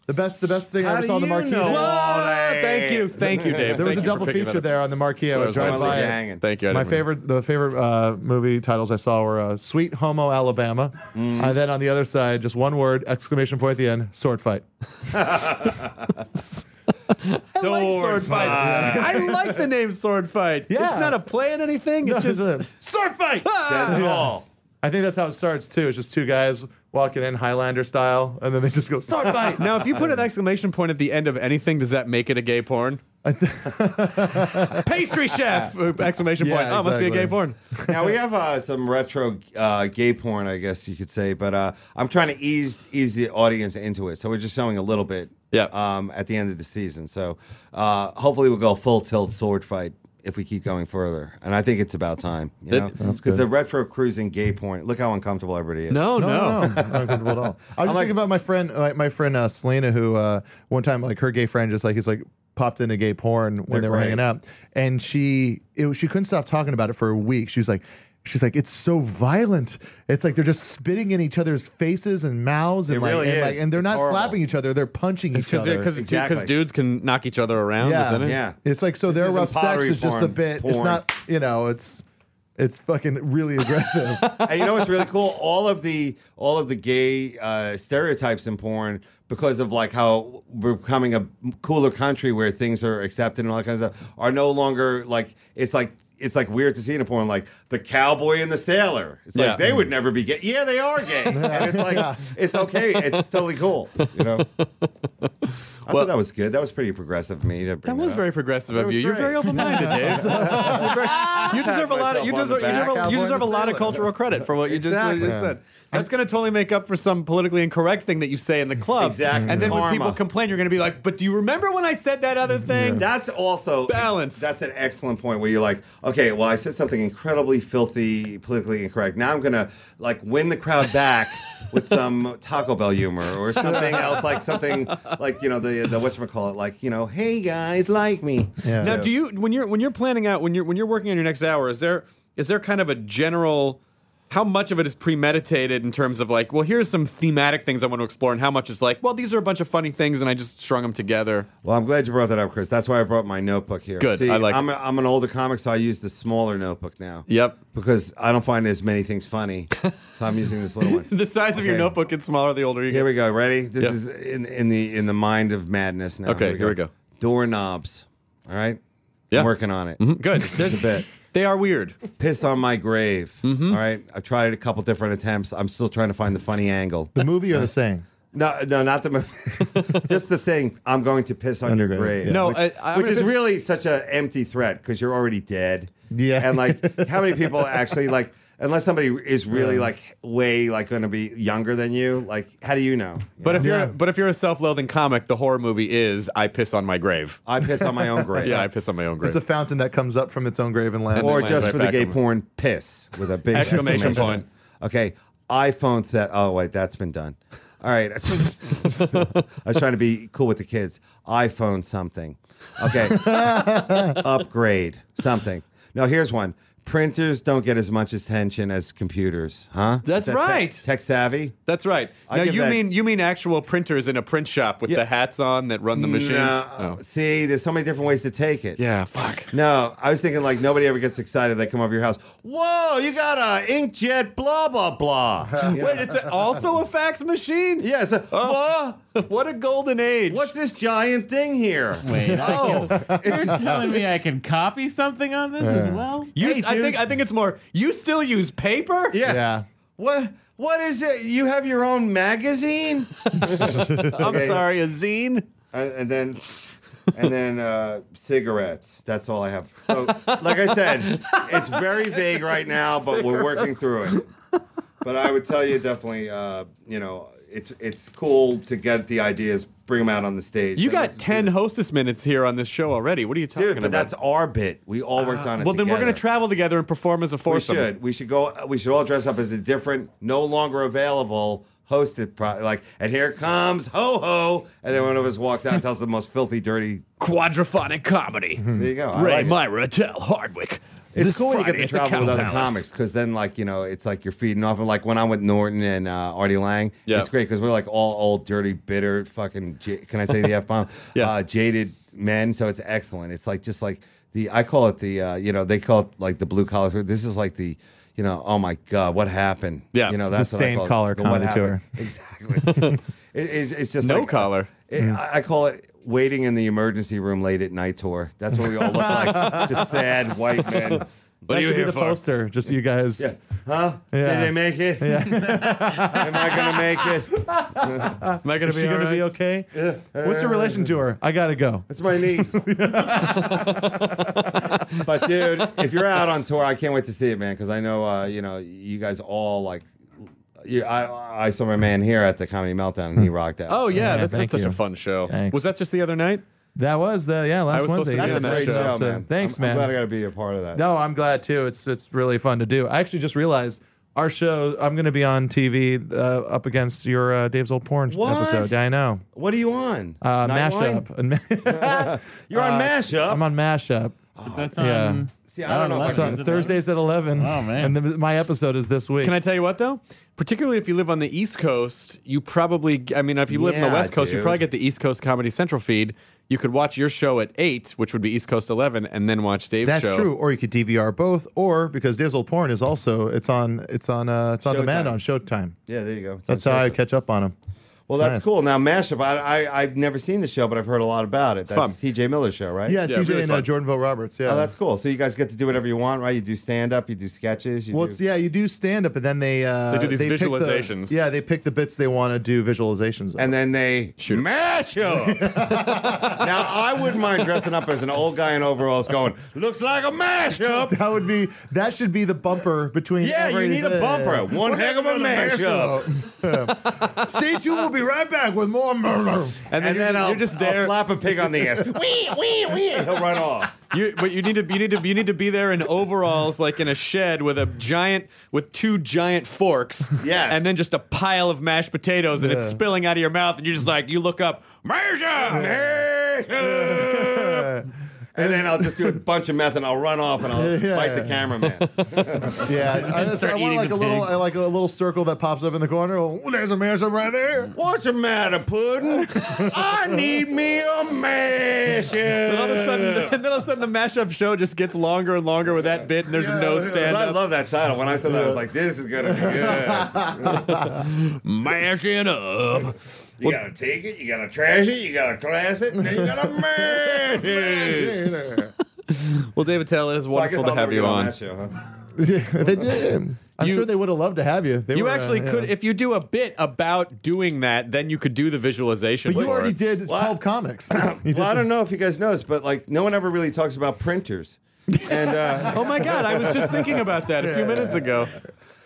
Speaker 9: The best. The best thing
Speaker 7: How
Speaker 9: I ever
Speaker 7: do
Speaker 9: saw on the
Speaker 7: you
Speaker 9: marquee.
Speaker 7: know?
Speaker 11: Whoa, Thank you, thank you, Dave.
Speaker 9: There was
Speaker 11: Thank
Speaker 9: a
Speaker 11: you for
Speaker 9: double
Speaker 11: picking that
Speaker 9: feater
Speaker 11: up.
Speaker 9: there on the marquee.
Speaker 11: So
Speaker 9: I
Speaker 11: it
Speaker 9: would
Speaker 11: was
Speaker 9: drive
Speaker 11: one of the
Speaker 9: by.
Speaker 7: gang.
Speaker 9: it.
Speaker 7: Hanging.
Speaker 11: Thank you. I
Speaker 9: My
Speaker 11: didn't remember.
Speaker 9: favorite, the favorite uh, movie titles I saw were uh, "Sweet Homo Alabama,"
Speaker 11: Mm.
Speaker 9: and then on the other side, just one word exclamation point at the end: sword fight.
Speaker 11: I like sword fight. I like the name sword fight.
Speaker 9: Yeah.
Speaker 11: It's not a play on anything. It just
Speaker 7: sword fight.
Speaker 11: Ah!
Speaker 9: I think that's how it starts too. It's just two guys walking in Highlander style, and then they just go sword fight.
Speaker 11: Now, if you put an exclamation point at the end of anything, does that make it a gay porn? Pastry chef! uh, Exclamation
Speaker 9: Yeah,
Speaker 11: point. Oh, must be a
Speaker 9: exactly.
Speaker 11: gay porn.
Speaker 7: now we have uh, some retro uh, gay porn, I guess you could say, but uh, I'm trying to ease ease the audience into it. So we're just showing a little bit.
Speaker 11: Yeah.
Speaker 7: Um, at the end of the season, so uh, hopefully we'll go full tilt sword fight if we keep going further. And I think it's about time. You
Speaker 11: It-
Speaker 7: know,
Speaker 11: That's
Speaker 7: because
Speaker 11: good.
Speaker 7: the retro cruising gay porn. Look how uncomfortable everybody is.
Speaker 11: No, no.
Speaker 9: no, no, not uncomfortable at all. I was just
Speaker 7: Oh, like-
Speaker 9: thinking about my friend, like my friend uh, Selena, who uh, one time, like her gay friend, just like he's like popped into gay porn when they
Speaker 7: They're
Speaker 9: were
Speaker 7: great.
Speaker 9: hanging out, and she it, was- she couldn't stop talking about it for a week. She was like. She's like, it's so violent. It's like they're just spitting in each other's faces and mouths, and
Speaker 7: It
Speaker 9: like,
Speaker 7: really
Speaker 9: and,
Speaker 7: is.
Speaker 9: like, and they're
Speaker 7: It's
Speaker 9: not
Speaker 7: horrible.
Speaker 9: slapping each other; they're punching each
Speaker 11: Because
Speaker 9: other.
Speaker 11: because
Speaker 7: Exactly.
Speaker 11: dudes can knock each other around,
Speaker 9: yeah,
Speaker 11: isn't it?
Speaker 7: Yeah.
Speaker 9: It's like so
Speaker 7: This
Speaker 9: their
Speaker 7: isn't
Speaker 9: rough sex
Speaker 7: pottery
Speaker 9: is just a
Speaker 7: porn,
Speaker 9: bit. It's
Speaker 7: porn.
Speaker 9: not, you know, it's it's fucking really aggressive.
Speaker 7: and you know what's really cool? All of the all of the gay uh, stereotypes in porn because of like how we're becoming a cooler country where things are accepted and all that kind of stuff are no longer like it's like it's like weird to see in a porn like the cowboy and the sailor. It's
Speaker 1: Yeah.
Speaker 7: like they would never be gay. Yeah, they are gay. and it's like it's okay. It's totally cool. You know. I thought that was good. That was pretty progressive of me to
Speaker 11: That
Speaker 7: bring
Speaker 11: was very progressive
Speaker 7: That
Speaker 11: of
Speaker 7: was
Speaker 11: you. You're very
Speaker 7: great.
Speaker 11: open-minded, Dave. You're very- you deserve a lot. Of, you deserve. You
Speaker 7: Myself on the back.
Speaker 11: deserve, you
Speaker 9: Cowboy
Speaker 11: deserve a
Speaker 9: and
Speaker 11: lot of
Speaker 9: sailor.
Speaker 11: cultural credit for what you just, what you just
Speaker 9: Exactly.
Speaker 11: said. That's going to totally make up for some politically incorrect thing that you say in the club.
Speaker 7: Exactly.
Speaker 11: And then when
Speaker 7: Karma.
Speaker 11: people complain, you're going to be like, "But do you remember when I said that other thing?"
Speaker 7: That's also
Speaker 11: Balance.
Speaker 7: That's an excellent point where you're like, okay, well, I said something incredibly filthy, politically incorrect. Now I'm gonna like win the crowd back with some Taco Bell humor or something else, like something like you know the the whatchamacallit, call it, like you know, hey guys, like me.
Speaker 9: Yeah.
Speaker 11: Now, do you when you're when you're planning out when you're when you're working on your next hour? Is there is there kind of a general? How much of it is premeditated in terms of like, well, here's some thematic things I want to explore, and how much is like, well, these are a bunch of funny things, and I just strung them together.
Speaker 7: Well, I'm glad you brought that up, Chris. That's why I brought my notebook here.
Speaker 11: Good,
Speaker 7: See,
Speaker 11: I like
Speaker 7: I'm,
Speaker 11: it.
Speaker 7: a, I'm an older comic, so I use the smaller notebook now.
Speaker 11: Yep.
Speaker 7: Because I don't find as many things funny, so I'm using this little one.
Speaker 11: The size of your
Speaker 7: Okay.
Speaker 11: notebook gets smaller the older you
Speaker 7: Here
Speaker 11: get.
Speaker 7: we go. Ready? This
Speaker 11: Yep.
Speaker 7: is in, in the in the mind of madness now.
Speaker 11: Okay, here we go.
Speaker 7: Doorknobs. All right.
Speaker 11: Yeah. Mm-hmm.
Speaker 7: I'm working on it.
Speaker 11: Good.
Speaker 7: Just a bit.
Speaker 11: They are weird. Mm-hmm.
Speaker 7: Piss on my grave. All right. I tried a couple different attempts. I'm still trying to find the funny angle.
Speaker 9: the movie or the saying?
Speaker 7: No, no, not the movie. Just the saying, I'm going to piss on your
Speaker 9: your
Speaker 7: grave.
Speaker 9: grave, yeah.
Speaker 11: No,
Speaker 7: which,
Speaker 11: I- I'm
Speaker 7: which
Speaker 11: gonna
Speaker 7: is
Speaker 11: piss-
Speaker 7: really such an empty threat because you're already dead.
Speaker 9: Yeah.
Speaker 7: and like, how many people actually like, unless somebody is really like way like going to be younger than you, like, how do you know? You
Speaker 11: But if
Speaker 9: Yeah.
Speaker 11: you're but if you're a self-loathing comic, the horror movie is I piss on my grave.
Speaker 7: I piss on my own grave.
Speaker 11: Yeah, I piss on my own grave.
Speaker 9: It's a fountain that comes up from its own grave and lands.
Speaker 7: Or
Speaker 11: lands
Speaker 7: just
Speaker 11: right
Speaker 7: for the
Speaker 11: back
Speaker 7: gay
Speaker 11: on me.
Speaker 7: porn, piss with a big
Speaker 11: Exclamation
Speaker 7: exclamation,
Speaker 11: point.
Speaker 7: Okay, iPhone theft. Oh wait, that's been done. All right, I was trying to be cool with the kids. iPhone something. Okay, upgrade something. Now here's one. Printers don't get as much attention as computers, huh?
Speaker 11: That's
Speaker 7: Is that
Speaker 11: right.
Speaker 7: Tech, tech savvy.
Speaker 11: That's right.
Speaker 7: I
Speaker 11: now
Speaker 7: give
Speaker 11: you
Speaker 7: that-
Speaker 11: mean you mean actual printers in a print shop with
Speaker 7: Yeah.
Speaker 11: the hats on that run the machines?
Speaker 7: No.
Speaker 11: Oh.
Speaker 7: See, there's so many different ways to take it.
Speaker 11: Yeah, fuck.
Speaker 7: No, I was thinking like nobody ever gets excited. They come over your house. Whoa, you got a inkjet, blah blah blah. You know?
Speaker 11: Wait, it's a- also a fax machine?
Speaker 7: Yeah, it's a-
Speaker 11: Oh, what a golden age.
Speaker 7: What's this giant thing here?
Speaker 8: Wait, I
Speaker 7: Oh,
Speaker 8: You're telling me I can copy something on this as well?
Speaker 11: You,
Speaker 7: Hey,
Speaker 11: I
Speaker 7: dude.
Speaker 11: think I think it's more you still use paper?
Speaker 7: yeah.
Speaker 9: Yeah.
Speaker 7: What? What is it? You have your own magazine?
Speaker 11: I'm
Speaker 7: Okay.
Speaker 11: sorry, a zine?
Speaker 7: and, and then, and then uh, cigarettes. That's all I have. So, like I said, it's very vague right now, but we're working through it. But I would tell you definitely, uh, you know, it's it's cool to get the ideas, bring them out on the stage.
Speaker 11: You
Speaker 7: And
Speaker 11: got
Speaker 7: this is-
Speaker 11: 10 hostess minutes here on this show already. What are you talking
Speaker 7: Dude, but
Speaker 11: about? Uh,
Speaker 7: that's our bit. We all worked on it.
Speaker 11: well, then we're going
Speaker 7: together.
Speaker 11: to travel together and perform as a
Speaker 7: We
Speaker 11: foursome.
Speaker 7: should. We should go. We should all dress up as a different, no longer available hosted. Pro- like, and here comes ho ho, and then one of us walks out and tells the most filthy, dirty. Mm-hmm.
Speaker 11: Quadraphonic comedy.
Speaker 7: There you go. I
Speaker 11: Ray
Speaker 7: like it.
Speaker 11: Myra Tell Hardwick.
Speaker 7: It's
Speaker 11: This
Speaker 7: cool when you get
Speaker 11: Friday
Speaker 7: to
Speaker 11: at the
Speaker 7: travel
Speaker 11: Cow
Speaker 7: with other
Speaker 11: Palace.
Speaker 7: comics because then, like you know, it's like you're feeding off. And like when I'm with Norton and uh, Artie Lang,
Speaker 11: Yeah.
Speaker 7: it's great because we're like all old, dirty, bitter, fucking. J- can I say the f bomb?
Speaker 11: Yeah.
Speaker 7: uh, jaded men. So it's excellent. It's like just like the I call it the uh, you know they call it like the blue collar. This is like the you know oh my god what happened?
Speaker 11: Yeah.
Speaker 7: you know
Speaker 11: The
Speaker 7: that's what I
Speaker 9: stained
Speaker 7: call it,
Speaker 9: collar
Speaker 7: the what
Speaker 9: comedy tour.
Speaker 7: happened. Exactly. It- it's, it's just
Speaker 11: No
Speaker 7: like, uh,
Speaker 11: collar.
Speaker 7: It, I I call it waiting in the emergency room late at night tour. That's what we all look like. Just sad white men.
Speaker 9: What that should be the poster. Just you guys.
Speaker 7: Yeah. Huh?
Speaker 9: Yeah.
Speaker 7: Did they make it? Am I gonna make it?
Speaker 11: Am I going
Speaker 9: Is
Speaker 11: to
Speaker 9: she
Speaker 11: be
Speaker 9: gonna
Speaker 11: all
Speaker 9: be
Speaker 11: right?
Speaker 9: okay? What's your relation to her? I gotta go.
Speaker 7: It's my niece. but dude, if you're out on tour, I can't wait to see it, man. Because I know, uh, you know, you guys all like. You, I I saw my man here at the Comedy Meltdown, and he rocked out.
Speaker 11: Oh, yeah.
Speaker 9: Yeah,
Speaker 11: that's, that's
Speaker 9: thank
Speaker 11: such a
Speaker 9: you.
Speaker 11: fun show.
Speaker 9: Thanks. uh,
Speaker 11: Was that just the other night?
Speaker 8: That was the yeah last
Speaker 7: I was supposed to be
Speaker 8: Wednesday. you did
Speaker 7: on that
Speaker 8: that
Speaker 7: show.
Speaker 8: show, so
Speaker 7: man.
Speaker 8: Thanks,
Speaker 7: I'm-
Speaker 8: man.
Speaker 7: I'm glad I got to be a part of that.
Speaker 8: No, I'm glad too. It's it's really fun to do. I actually just realized our show. I'm going to be on TV uh, up against your uh, Dave's old porn
Speaker 7: What?
Speaker 8: episode. Yeah, I know.
Speaker 7: What are you on?
Speaker 8: Uh,
Speaker 7: Nightline?
Speaker 8: mashup. And ma-
Speaker 7: You're on
Speaker 8: Uh,
Speaker 7: mashup.
Speaker 8: I'm on mashup.
Speaker 9: Oh,
Speaker 13: That's
Speaker 8: yeah.
Speaker 13: on.
Speaker 7: See, um, I don't know if I
Speaker 8: It's
Speaker 7: can
Speaker 8: on Thursdays at eleven.
Speaker 13: Oh, man.
Speaker 8: And the, my episode is this week.
Speaker 1: Can I tell you what though? Particularly if you live on the East Coast, you probably I mean if you live on
Speaker 7: Yeah,
Speaker 1: the West Coast, you
Speaker 7: dude.
Speaker 1: probably get the East Coast Comedy Central feed. You could watch your show at 8, which would be East Coast 11 and then watch Dave's
Speaker 9: That's
Speaker 1: show.
Speaker 9: true. Or you could DVR both, or because Dizzle Porn is also it's on it's on uh, it's on demand
Speaker 7: Showtime.
Speaker 9: on Showtime.
Speaker 7: Yeah, there you go. It's
Speaker 9: That's
Speaker 7: on
Speaker 9: how I
Speaker 7: Showtime.
Speaker 9: catch up on them.
Speaker 7: Well, that's cool. Now, Mashup, I, I, I've never seen the show, but I've heard a lot about it. That's
Speaker 1: fun.
Speaker 7: TJ Miller's show, right?
Speaker 9: Yeah, it's
Speaker 1: Yeah,
Speaker 9: TJ
Speaker 1: really
Speaker 9: and uh,
Speaker 1: fun.
Speaker 9: Jordanville Roberts. Yeah,
Speaker 7: Oh, that's cool. So you guys get to do whatever you want, right? You do stand up, you do sketches. You
Speaker 9: Well,
Speaker 7: do...
Speaker 9: it's, yeah, you do stand up, and then they uh,
Speaker 1: They do these
Speaker 9: pick the-
Speaker 1: visualizations.
Speaker 9: yeah, they pick the bits they want to do visualizations. of.
Speaker 7: and then they
Speaker 1: Shoot.
Speaker 7: mash up. now I wouldn't mind dressing up as an old guy in overalls, going looks like a mashup.
Speaker 9: that would be that should be the bumper between.
Speaker 7: Yeah, you need a
Speaker 9: everything.
Speaker 7: bumper. One heck of a mashup.
Speaker 9: Stay tuned. We'll be right back with more murder.
Speaker 1: And then,
Speaker 7: And
Speaker 1: you're,
Speaker 7: then
Speaker 1: ju-
Speaker 7: I'll,
Speaker 1: you're just
Speaker 7: I'll
Speaker 1: there.
Speaker 7: slap a pig on the ass. wee wee wee. He'll run off.
Speaker 1: You, but you need to you need to you need to be there in overalls, like in a shed with a giant with two giant forks.
Speaker 7: Yes.
Speaker 1: And then just a pile of mashed potatoes, and it's
Speaker 9: Yeah.
Speaker 1: spilling out of your mouth, and you're just like you look up, Marsha.
Speaker 7: and then I'll just do a bunch of meth and I'll run off and I'll
Speaker 9: Yeah.
Speaker 7: bite the cameraman.
Speaker 9: Yeah, I, I,
Speaker 13: start
Speaker 9: I want
Speaker 13: eating
Speaker 9: like
Speaker 13: the
Speaker 9: a little,
Speaker 13: pig.
Speaker 9: I like a little circle that pops up in the corner. Oh, there's a mashup right there.
Speaker 7: What's the matter, Puddin'? I need me a mashup.
Speaker 1: Then all of a sudden, and then all of a sudden, the mashup show just gets longer and longer with that bit, and there's no stand
Speaker 7: I
Speaker 1: up.
Speaker 7: love that title. When I said that, I was like, this is going to be good.
Speaker 1: Mashing up.
Speaker 7: You got to take it, you got to trash it, you got to class it, and then you got to mash it.
Speaker 1: Well, David Tell, it is
Speaker 7: Well, I guess
Speaker 1: wonderful
Speaker 7: I'll
Speaker 1: to have
Speaker 7: never
Speaker 1: you
Speaker 7: get
Speaker 1: on.
Speaker 7: that show, huh?
Speaker 9: Yeah, they did. I'm
Speaker 1: You-
Speaker 9: sure they would have loved to have you. They
Speaker 1: You
Speaker 9: were, uh,
Speaker 1: actually
Speaker 9: yeah.
Speaker 1: could, if you do a bit about doing that, then you could do the visualization.
Speaker 9: But you
Speaker 1: for
Speaker 9: already
Speaker 1: it.
Speaker 9: did
Speaker 7: Well, I-
Speaker 9: 12 comics. You
Speaker 7: Well, I
Speaker 9: did-
Speaker 7: don't know if you guys noticed, but like, no one ever really talks about printers. And uh,
Speaker 1: Oh my God! I was just thinking about that a few minutes ago.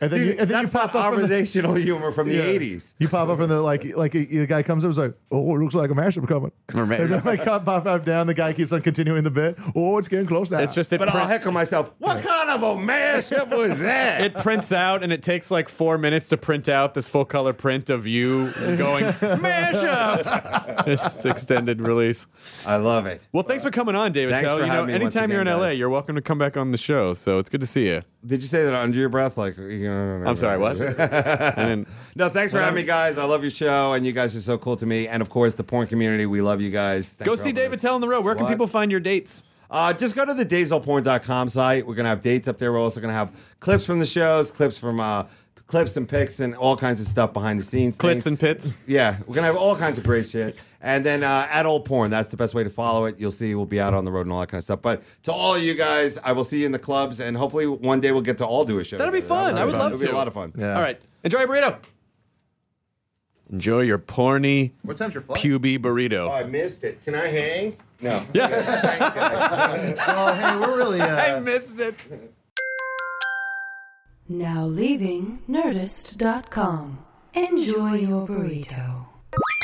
Speaker 9: and then you, and then you
Speaker 7: that's
Speaker 9: pop up. From the,
Speaker 7: conversational humor from the
Speaker 9: Yeah.
Speaker 7: 80s.
Speaker 9: you pop up and the like, like uh, the guy comes up and is like, "Oh, it looks like a mashup coming."
Speaker 1: man.
Speaker 9: And then like pop pop pop down. The guy keeps on continuing the bit. Oh, it's getting close now.
Speaker 1: It's just it,
Speaker 7: But I'll
Speaker 1: print-
Speaker 7: heckle myself. What kind of a mashup was that?
Speaker 1: it prints out, and it takes like four minutes to print out this full color print of you going mashup. It's just extended release.
Speaker 7: I love it.
Speaker 1: Well, thanks for coming on, David.
Speaker 7: Thanks
Speaker 1: Tell.
Speaker 7: for
Speaker 1: you know,
Speaker 7: having me once
Speaker 1: anytime you're in
Speaker 7: again,
Speaker 1: LA,
Speaker 7: guys.
Speaker 1: you're welcome to come back on the show. So it's good to see you.
Speaker 7: Did you say that under your breath? Like, I'm
Speaker 1: I'm sorry, what? and then,
Speaker 7: No, thanks for having me, guys. I love your show, and you guys are so cool to me. And of course, the porn community. We love you guys. Thanks
Speaker 1: go
Speaker 7: for
Speaker 1: see
Speaker 7: helping
Speaker 1: David
Speaker 7: us.
Speaker 1: Tell on the road. Where can
Speaker 7: What?
Speaker 1: people find your dates?
Speaker 7: Uh, just go to the davesolporn.com site. We're gonna have dates up there. We're also gonna have clips from the shows, clips from uh, clips and pics, and all kinds of stuff behind the scenes.
Speaker 1: Clits
Speaker 7: things.
Speaker 1: and pits.
Speaker 7: Yeah, we're gonna have all kinds of great shit. And then uh, at old porn, that's the best way to follow it. You'll see we'll be out on the road and all that kind of stuff. But to all of you guys, I will see you in the clubs, and hopefully one day we'll get to all do a show.
Speaker 1: That'll be
Speaker 7: together.
Speaker 1: fun. I would love
Speaker 7: It'll be
Speaker 1: to.
Speaker 7: a lot of fun.
Speaker 9: Yeah.
Speaker 1: All right. Enjoy your burrito. Enjoy your porny
Speaker 9: what time's your flight?
Speaker 1: puby burrito.
Speaker 7: Oh, I missed it. Can I hang? No.
Speaker 1: Yeah.
Speaker 9: Oh, hey, we're really. Uh,
Speaker 1: I missed it.
Speaker 6: Now leaving Nerdist.com. Enjoy your burrito.